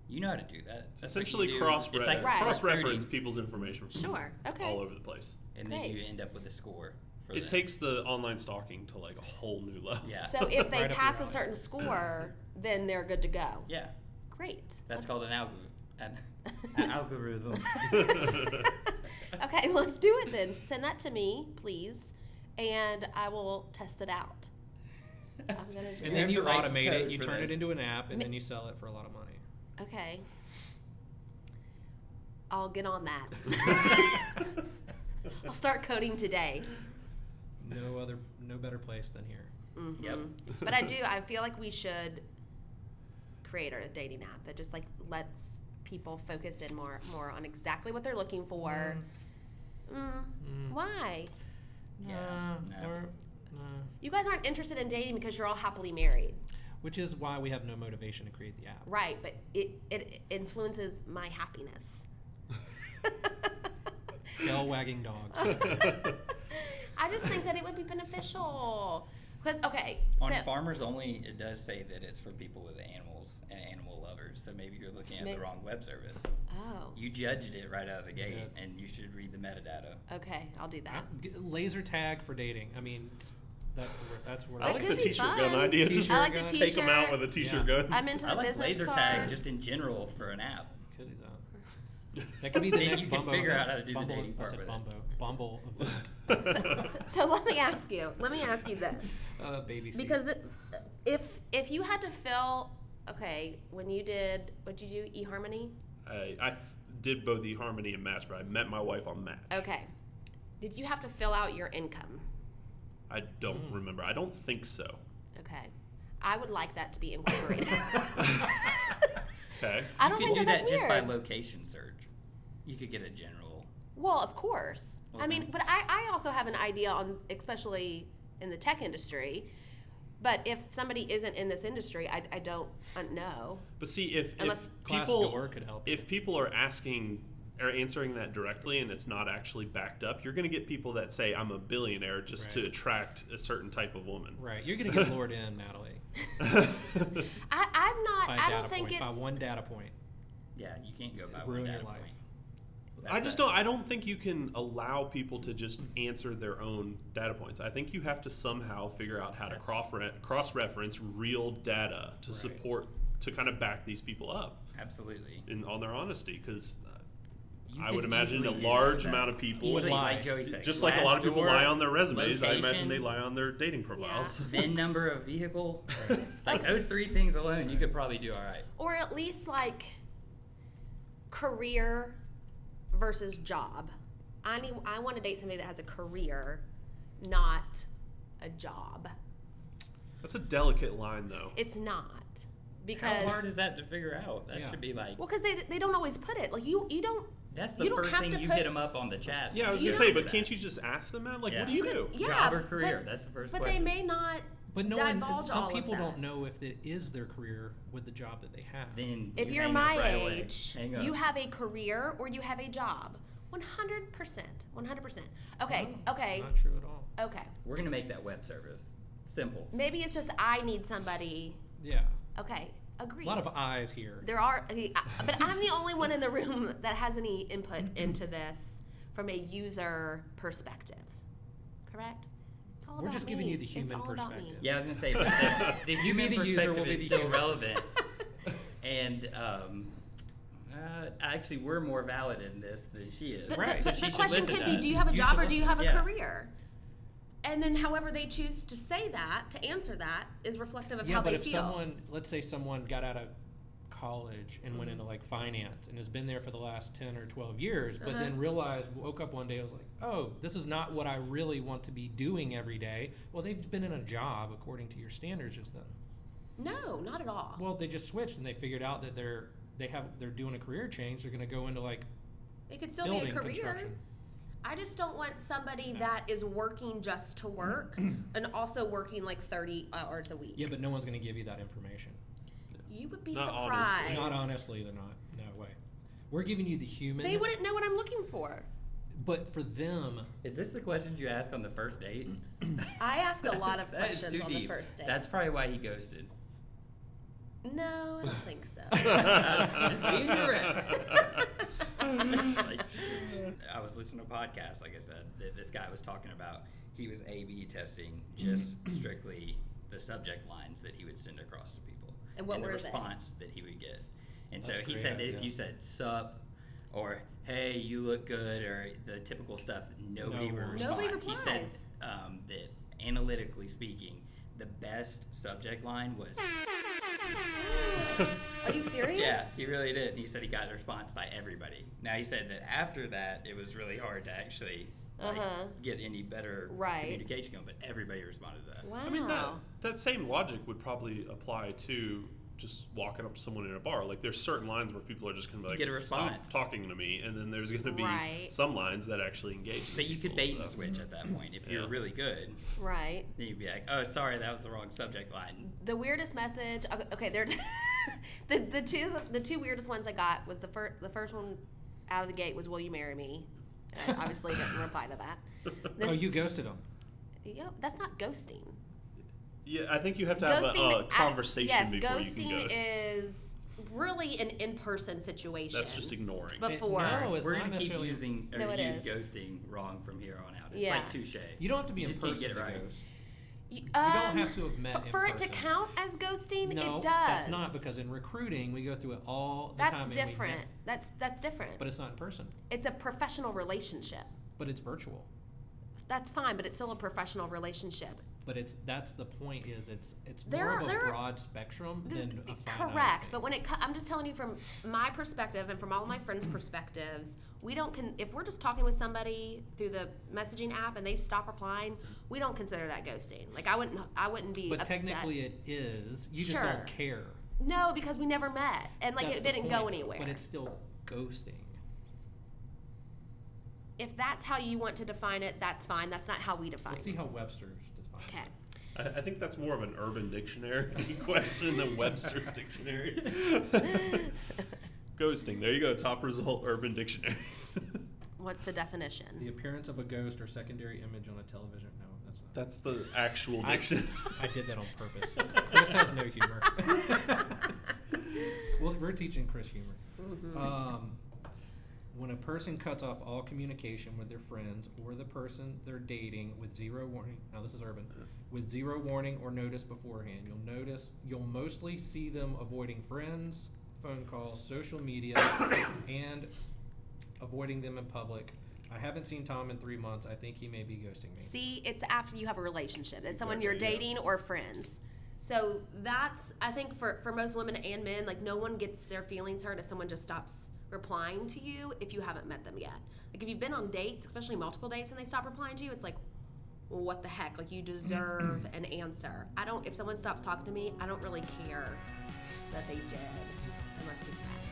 [SPEAKER 4] you know how to do that.
[SPEAKER 1] It's
[SPEAKER 4] That's what you
[SPEAKER 1] essentially
[SPEAKER 4] do.
[SPEAKER 1] cross
[SPEAKER 4] It's like
[SPEAKER 2] Right.
[SPEAKER 1] cross reference
[SPEAKER 4] recruiting,
[SPEAKER 1] people's information from
[SPEAKER 2] sure. Okay.
[SPEAKER 1] all over the place.
[SPEAKER 4] and then you
[SPEAKER 2] Great.
[SPEAKER 4] end up with a score. For
[SPEAKER 1] It
[SPEAKER 4] that.
[SPEAKER 1] takes the online stalking to like a whole new level.
[SPEAKER 4] Yeah.
[SPEAKER 2] So if they
[SPEAKER 3] Right up your
[SPEAKER 2] pass a
[SPEAKER 3] alley.
[SPEAKER 2] certain score, then they're good to go.
[SPEAKER 4] yeah,
[SPEAKER 2] Great.
[SPEAKER 4] that's
[SPEAKER 2] Let's-
[SPEAKER 4] called [LAUGHS] an algorithm. An, an algorithm.
[SPEAKER 2] [LAUGHS] okay, let's do it then. Send that to me, please, and I will test it out. I'm
[SPEAKER 4] [LAUGHS]
[SPEAKER 2] gonna do
[SPEAKER 3] And
[SPEAKER 2] it.
[SPEAKER 3] then you
[SPEAKER 4] have to write some
[SPEAKER 3] automate it.
[SPEAKER 4] code
[SPEAKER 3] You
[SPEAKER 4] for
[SPEAKER 3] turn
[SPEAKER 4] this.
[SPEAKER 3] it into an app, and
[SPEAKER 2] Ma-
[SPEAKER 3] then you sell it for a lot of money.
[SPEAKER 2] Okay. I'll get on that.
[SPEAKER 1] [LAUGHS]
[SPEAKER 2] I'll start coding today.
[SPEAKER 3] No other, no better place than here.
[SPEAKER 2] Mm-hmm.
[SPEAKER 4] Yep.
[SPEAKER 1] [LAUGHS]
[SPEAKER 2] But I do. I feel like we should create a dating app that just like lets people focus in more more on exactly what they're looking for. Mm.
[SPEAKER 3] Mm.
[SPEAKER 2] Why?
[SPEAKER 4] Yeah,
[SPEAKER 3] Nah,
[SPEAKER 4] no.
[SPEAKER 3] we're- nah.
[SPEAKER 2] You guys aren't interested in dating because you're all happily married,
[SPEAKER 3] Which is why we have no motivation to create the app.
[SPEAKER 2] right? But it it influences my happiness.
[SPEAKER 3] Tail wagging
[SPEAKER 2] [LAUGHS]
[SPEAKER 3] dogs.
[SPEAKER 4] [LAUGHS]
[SPEAKER 2] I just think that it would be beneficial because okay,
[SPEAKER 4] On
[SPEAKER 2] so-
[SPEAKER 4] farmers only, it does say that it's for people with animals and animal lovers. So maybe you're looking at
[SPEAKER 2] May-
[SPEAKER 4] the wrong web service.
[SPEAKER 2] oh,
[SPEAKER 4] You judged it right out of the gate,
[SPEAKER 3] Yeah.
[SPEAKER 4] and you should read the metadata.
[SPEAKER 2] okay, I'll do that.
[SPEAKER 3] Uh, g- Laser tag for dating. I mean, that's the word. That's where
[SPEAKER 1] I
[SPEAKER 2] That
[SPEAKER 1] like
[SPEAKER 2] could
[SPEAKER 1] the
[SPEAKER 2] be
[SPEAKER 1] t-shirt gun
[SPEAKER 2] fun.
[SPEAKER 1] idea. Just
[SPEAKER 2] I like the
[SPEAKER 3] Take
[SPEAKER 2] t-shirt.
[SPEAKER 1] take them out with a t-shirt gun.
[SPEAKER 2] I'm into the
[SPEAKER 4] I like
[SPEAKER 2] business
[SPEAKER 4] laser
[SPEAKER 2] cards.
[SPEAKER 4] tag just in general for an app.
[SPEAKER 3] could do that. That could be the
[SPEAKER 4] Then
[SPEAKER 3] next
[SPEAKER 4] [LAUGHS] you can
[SPEAKER 3] Bumbo.
[SPEAKER 4] figure
[SPEAKER 3] event.
[SPEAKER 4] out how to do the
[SPEAKER 3] Bumble,
[SPEAKER 4] dating part
[SPEAKER 3] I said
[SPEAKER 4] with it.
[SPEAKER 3] Bumbo. Bumble event.
[SPEAKER 2] [LAUGHS] [LAUGHS]
[SPEAKER 4] [LAUGHS]
[SPEAKER 2] So, so- so let me ask you. Let me ask you this.
[SPEAKER 3] Uh, baby. seat.
[SPEAKER 2] Because it, if if you had to fill, okay, when you did, what'd you do? eHarmony.
[SPEAKER 1] I, I f- did both eHarmony and Match, but I met my wife on Match.
[SPEAKER 2] Okay. Did you have to fill out your income?
[SPEAKER 1] I don't remember. I don't think so.
[SPEAKER 2] Okay. I would like that to be
[SPEAKER 4] [LAUGHS]
[SPEAKER 2] incorporated.
[SPEAKER 1] Okay.
[SPEAKER 2] I don't
[SPEAKER 4] you
[SPEAKER 2] think
[SPEAKER 4] could
[SPEAKER 2] that that's
[SPEAKER 4] do that just by
[SPEAKER 2] weird.
[SPEAKER 4] location search. You could get a general.
[SPEAKER 2] Well, of course. I
[SPEAKER 4] Okay.
[SPEAKER 2] mean, but I, I also have an idea on, especially in the tech industry. But if somebody isn't in this industry, I, I don't uh, know.
[SPEAKER 1] But see, if, if
[SPEAKER 2] Unless-
[SPEAKER 3] Class
[SPEAKER 1] people
[SPEAKER 3] door could help.
[SPEAKER 1] if people are asking or answering that directly and it's not actually backed up, you're going to get people that say I'm a billionaire just to
[SPEAKER 3] Right.
[SPEAKER 1] attract a certain type of woman.
[SPEAKER 3] right, you're gonna get lured in, Natalie,
[SPEAKER 1] [LAUGHS]
[SPEAKER 2] I, I'm not. I
[SPEAKER 3] by a data
[SPEAKER 2] don't think
[SPEAKER 3] point,
[SPEAKER 2] it's.
[SPEAKER 3] by one data point.
[SPEAKER 4] Yeah, you can't go by
[SPEAKER 3] Ruin
[SPEAKER 4] one
[SPEAKER 3] your
[SPEAKER 4] data
[SPEAKER 3] life.
[SPEAKER 4] point.
[SPEAKER 1] I
[SPEAKER 4] That's
[SPEAKER 1] just
[SPEAKER 4] a-
[SPEAKER 1] don't. I don't think you can allow people to just answer their own data points. I think you have to somehow figure out how to cross reference real data to
[SPEAKER 3] Right.
[SPEAKER 1] support to kind of back these people up
[SPEAKER 4] Absolutely.
[SPEAKER 1] in on their honesty. uh, Because
[SPEAKER 4] You
[SPEAKER 1] I
[SPEAKER 4] could
[SPEAKER 1] would imagine a
[SPEAKER 4] easily do
[SPEAKER 1] large
[SPEAKER 4] that.
[SPEAKER 1] amount of people-
[SPEAKER 4] Easily,
[SPEAKER 3] Would lie.
[SPEAKER 4] like Joey said,
[SPEAKER 1] just like a lot of people
[SPEAKER 4] Glassdoor,
[SPEAKER 1] lie on their resumes, I imagine
[SPEAKER 4] location,
[SPEAKER 1] they lie on their dating profiles.
[SPEAKER 4] [LAUGHS]
[SPEAKER 1] [LAUGHS]
[SPEAKER 4] VIN number of
[SPEAKER 2] [LAUGHS]
[SPEAKER 4] vehicle. Like those three things alone, you could probably do all right.
[SPEAKER 2] or at least like career versus job. I need. I want to date somebody that has a career, not a job.
[SPEAKER 1] That's a delicate line, though.
[SPEAKER 2] It's not because
[SPEAKER 4] How hard is that to figure out? That
[SPEAKER 3] Yeah.
[SPEAKER 4] should be like
[SPEAKER 2] well, because they, they don't always put it. Like you you don't.
[SPEAKER 4] that's the
[SPEAKER 2] you don't
[SPEAKER 4] first
[SPEAKER 2] have
[SPEAKER 4] thing
[SPEAKER 2] to
[SPEAKER 4] you
[SPEAKER 2] put-
[SPEAKER 4] hit them up on the chat.
[SPEAKER 1] Yeah, I was
[SPEAKER 2] You
[SPEAKER 1] gonna say, but can't you just ask them that? Like,
[SPEAKER 4] Yeah.
[SPEAKER 1] what do you,
[SPEAKER 2] You
[SPEAKER 1] do?
[SPEAKER 2] could- yeah,
[SPEAKER 4] Job or
[SPEAKER 2] but-
[SPEAKER 4] career? that's the first
[SPEAKER 2] But they
[SPEAKER 4] question.
[SPEAKER 2] may not.
[SPEAKER 3] But no one.
[SPEAKER 2] Divulge all
[SPEAKER 3] Some
[SPEAKER 2] of
[SPEAKER 3] people
[SPEAKER 2] that.
[SPEAKER 3] don't know if it is their career with the job that they have.
[SPEAKER 4] then
[SPEAKER 2] If
[SPEAKER 4] you
[SPEAKER 2] you're
[SPEAKER 4] hang
[SPEAKER 2] my
[SPEAKER 4] up right away.
[SPEAKER 2] age,
[SPEAKER 4] Hang up.
[SPEAKER 2] you have a career or you have a job. 100%. 100%. Okay,
[SPEAKER 3] No,
[SPEAKER 2] okay,
[SPEAKER 3] Not true at all.
[SPEAKER 2] okay.
[SPEAKER 4] We're gonna make that web service simple.
[SPEAKER 2] Maybe it's just I need somebody.
[SPEAKER 3] Yeah,
[SPEAKER 2] Okay, agree.
[SPEAKER 3] a lot of
[SPEAKER 2] [LAUGHS]
[SPEAKER 3] eyes here.
[SPEAKER 2] there are, okay, I- but I'm the only one in the room that has any input into this from a user perspective. Correct? It's all
[SPEAKER 3] We're
[SPEAKER 2] about
[SPEAKER 3] just giving
[SPEAKER 2] me.
[SPEAKER 3] you the
[SPEAKER 2] It's
[SPEAKER 3] human
[SPEAKER 2] all about me.
[SPEAKER 3] perspective.
[SPEAKER 4] Yeah, I was gonna
[SPEAKER 1] [LAUGHS]
[SPEAKER 4] say but the, the
[SPEAKER 3] You
[SPEAKER 4] human
[SPEAKER 3] be the user,
[SPEAKER 4] perspective
[SPEAKER 3] we'll be
[SPEAKER 4] is
[SPEAKER 3] the
[SPEAKER 4] still
[SPEAKER 3] human.
[SPEAKER 4] relevant,
[SPEAKER 2] [LAUGHS]
[SPEAKER 4] and um, uh, actually we're more valid in this than she is.
[SPEAKER 2] The, the-
[SPEAKER 3] Right.
[SPEAKER 2] the-
[SPEAKER 4] So
[SPEAKER 2] the
[SPEAKER 4] she should
[SPEAKER 2] question
[SPEAKER 4] listen
[SPEAKER 2] could
[SPEAKER 4] to
[SPEAKER 2] be,
[SPEAKER 4] us.
[SPEAKER 2] do you have a
[SPEAKER 3] You
[SPEAKER 2] job
[SPEAKER 3] should
[SPEAKER 2] or do you
[SPEAKER 3] listen.
[SPEAKER 2] have a
[SPEAKER 4] Yeah.
[SPEAKER 2] career? And then, however they choose to say that, to answer that, is reflective of
[SPEAKER 3] yeah,
[SPEAKER 2] how
[SPEAKER 3] but
[SPEAKER 2] they
[SPEAKER 3] if
[SPEAKER 2] feel.
[SPEAKER 3] someone, let's say someone got out of college and went
[SPEAKER 2] Mm-hmm.
[SPEAKER 3] into like finance and has been there for the last 10 or 12 years, but then
[SPEAKER 2] Uh-huh.
[SPEAKER 3] realized, woke up one day, was like, oh, this is not what I really want to be doing every day. Well, they've been in a job according to your standards just then.
[SPEAKER 2] no, not at all.
[SPEAKER 3] Well, they just switched and they figured out that they're, they have, they're doing a career change. They're going to go into like
[SPEAKER 2] it could still be a
[SPEAKER 3] building
[SPEAKER 2] career.
[SPEAKER 3] construction.
[SPEAKER 2] I just don't want somebody that is working just to work and also working like 30 hours a week.
[SPEAKER 3] Yeah, but no one's going to give you that information.
[SPEAKER 2] You would be
[SPEAKER 1] Not honest.
[SPEAKER 2] surprised.
[SPEAKER 3] Not honestly, they're not. No way. We're giving you the human,
[SPEAKER 2] They wouldn't know what I'm looking for.
[SPEAKER 3] but for them,
[SPEAKER 4] Is this the questions you ask on the first date?
[SPEAKER 2] I ask a lot of
[SPEAKER 4] [LAUGHS] That is
[SPEAKER 2] questions
[SPEAKER 4] too
[SPEAKER 2] on the
[SPEAKER 4] deep.
[SPEAKER 2] first date.
[SPEAKER 4] That's probably why he ghosted.
[SPEAKER 2] No, I don't think so.
[SPEAKER 4] [LAUGHS]
[SPEAKER 1] [LAUGHS]
[SPEAKER 4] Just
[SPEAKER 2] [LAUGHS]
[SPEAKER 4] being direct. Like, I was listening to a podcast, like I said, that this guy was talking about he was A B testing just strictly the subject lines that he would send across to people.
[SPEAKER 2] And what
[SPEAKER 4] the
[SPEAKER 2] were they?
[SPEAKER 4] response that he would get. And so
[SPEAKER 3] That's
[SPEAKER 4] he said that
[SPEAKER 3] creative,
[SPEAKER 4] if
[SPEAKER 3] yeah.
[SPEAKER 4] you said sup or hey, you look good or the typical stuff, nobody
[SPEAKER 3] No
[SPEAKER 4] would
[SPEAKER 3] one.
[SPEAKER 4] respond.
[SPEAKER 2] Nobody
[SPEAKER 4] He said
[SPEAKER 2] replies.
[SPEAKER 4] um, that analytically speaking, the best subject line was
[SPEAKER 2] Are you serious?
[SPEAKER 4] yeah, he really did. He said he got a response by everybody. Now he said that after that, it was really hard to actually like,
[SPEAKER 2] Uh-huh.
[SPEAKER 4] get any better
[SPEAKER 2] Right.
[SPEAKER 4] communication going. But everybody responded to that.
[SPEAKER 2] Wow.
[SPEAKER 1] I mean, that that same logic would probably apply to just walking up to someone in a bar. Like, there's certain lines where people are just gonna be like,
[SPEAKER 4] Get a response.
[SPEAKER 1] "Stop talking to me," and then there's gonna be
[SPEAKER 2] Right.
[SPEAKER 1] some lines that actually engage.
[SPEAKER 4] But you could
[SPEAKER 1] people,
[SPEAKER 4] bait and
[SPEAKER 1] so.
[SPEAKER 4] switch at that point if
[SPEAKER 1] Yeah.
[SPEAKER 4] you're really good.
[SPEAKER 2] Right.
[SPEAKER 4] Then you'd be like, "Oh, sorry, that was the wrong subject line."
[SPEAKER 2] The weirdest message. okay, Okay, there. [LAUGHS] the the two the two weirdest ones I got was the first the first one out of the gate was "Will you marry me?" I obviously didn't reply to that. This,
[SPEAKER 3] oh, you ghosted them.
[SPEAKER 2] Yep, that's not ghosting.
[SPEAKER 1] [LAUGHS] Yeah, I think you have to have a,
[SPEAKER 2] ghosting.
[SPEAKER 1] a conversation
[SPEAKER 2] I, yes,
[SPEAKER 1] before
[SPEAKER 2] ghosting
[SPEAKER 1] you can ghost.
[SPEAKER 2] is really an in person situation.
[SPEAKER 1] That's just ignoring.
[SPEAKER 2] But- Before.
[SPEAKER 3] No, it's
[SPEAKER 4] We're
[SPEAKER 3] not
[SPEAKER 4] gonna keep
[SPEAKER 3] necessarily.
[SPEAKER 4] using or
[SPEAKER 2] No, it
[SPEAKER 4] use
[SPEAKER 2] is.
[SPEAKER 4] ghosting wrong from here on out. It's
[SPEAKER 2] Yeah.
[SPEAKER 4] like touche.
[SPEAKER 3] You don't have to be
[SPEAKER 4] You
[SPEAKER 3] in
[SPEAKER 4] just can't
[SPEAKER 3] person
[SPEAKER 4] get it
[SPEAKER 3] to
[SPEAKER 4] right.
[SPEAKER 3] ghost.
[SPEAKER 2] You,
[SPEAKER 3] don't have to have met
[SPEAKER 2] um, f-
[SPEAKER 3] in
[SPEAKER 2] for it to
[SPEAKER 3] person.
[SPEAKER 2] count as ghosting.
[SPEAKER 3] no,
[SPEAKER 2] it does.
[SPEAKER 3] that's not because in recruiting we go through it all the
[SPEAKER 2] That's
[SPEAKER 3] time. and we met-
[SPEAKER 2] different. That's that's different.
[SPEAKER 3] but it's not in person.
[SPEAKER 2] it's a professional relationship.
[SPEAKER 3] But it's virtual.
[SPEAKER 2] That's fine, but it's still a professional relationship.
[SPEAKER 3] But it's that's the point. Is it's it's
[SPEAKER 2] There
[SPEAKER 3] more
[SPEAKER 2] are-
[SPEAKER 3] of a
[SPEAKER 2] there are-
[SPEAKER 3] broad spectrum
[SPEAKER 2] Th-
[SPEAKER 3] than a finite
[SPEAKER 2] correct
[SPEAKER 3] thing.
[SPEAKER 2] but when it co- i'm just telling you from my perspective and from all of my friends perspectives we don't con- if we're just talking with somebody through the messaging app and they stop replying we don't consider that ghosting like i wouldn't i wouldn't be
[SPEAKER 3] But
[SPEAKER 2] upset.
[SPEAKER 3] technically it is. You just
[SPEAKER 2] Sure.
[SPEAKER 3] don't care.
[SPEAKER 2] no because we never met and like
[SPEAKER 3] That's
[SPEAKER 2] it
[SPEAKER 3] the
[SPEAKER 2] didn't
[SPEAKER 3] point,
[SPEAKER 2] go anywhere
[SPEAKER 3] But it's still ghosting.
[SPEAKER 2] if that's how you want to define it that's fine that's not how we define
[SPEAKER 3] Let's see
[SPEAKER 2] it
[SPEAKER 3] how Webster's defines
[SPEAKER 2] okay
[SPEAKER 1] I, I think that's more of an Urban Dictionary [LAUGHS] question than Webster's Dictionary.
[SPEAKER 2] [LAUGHS]
[SPEAKER 3] [LAUGHS]
[SPEAKER 1] Ghosting. There you go. Top result Urban Dictionary. [LAUGHS]
[SPEAKER 2] what's the
[SPEAKER 3] it. The
[SPEAKER 2] definition
[SPEAKER 3] appearance of a ghost or secondary image on a television. No, that's not.
[SPEAKER 1] that's the actual
[SPEAKER 3] I-
[SPEAKER 1] dictionary.
[SPEAKER 3] I did that on
[SPEAKER 1] [LAUGHS]
[SPEAKER 3] purpose. Chris has no humor. well, we're teaching Chris humor. Um, when a person cuts off all communication with their friends or the person they're dating with zero warning, now this is urban, with zero warning or notice beforehand, you'll notice you'll mostly see them avoiding friends, phone calls, social media, [COUGHS] and avoiding them in public. I haven't seen Tom in three months. I think he may be ghosting me.
[SPEAKER 2] See, it's after you have a relationship. It's someone you're
[SPEAKER 1] Exactly,
[SPEAKER 2] dating or friends. So that's I think for for most women and men, like no one gets their feelings hurt if someone just stops replying to you if you haven't met them yet. Like if you've been on dates, especially multiple dates, and they stop replying to you, it's like, well, what the heck? Like you deserve an answer. I don't. If someone stops talking to me, I don't really care that they did, unless we met.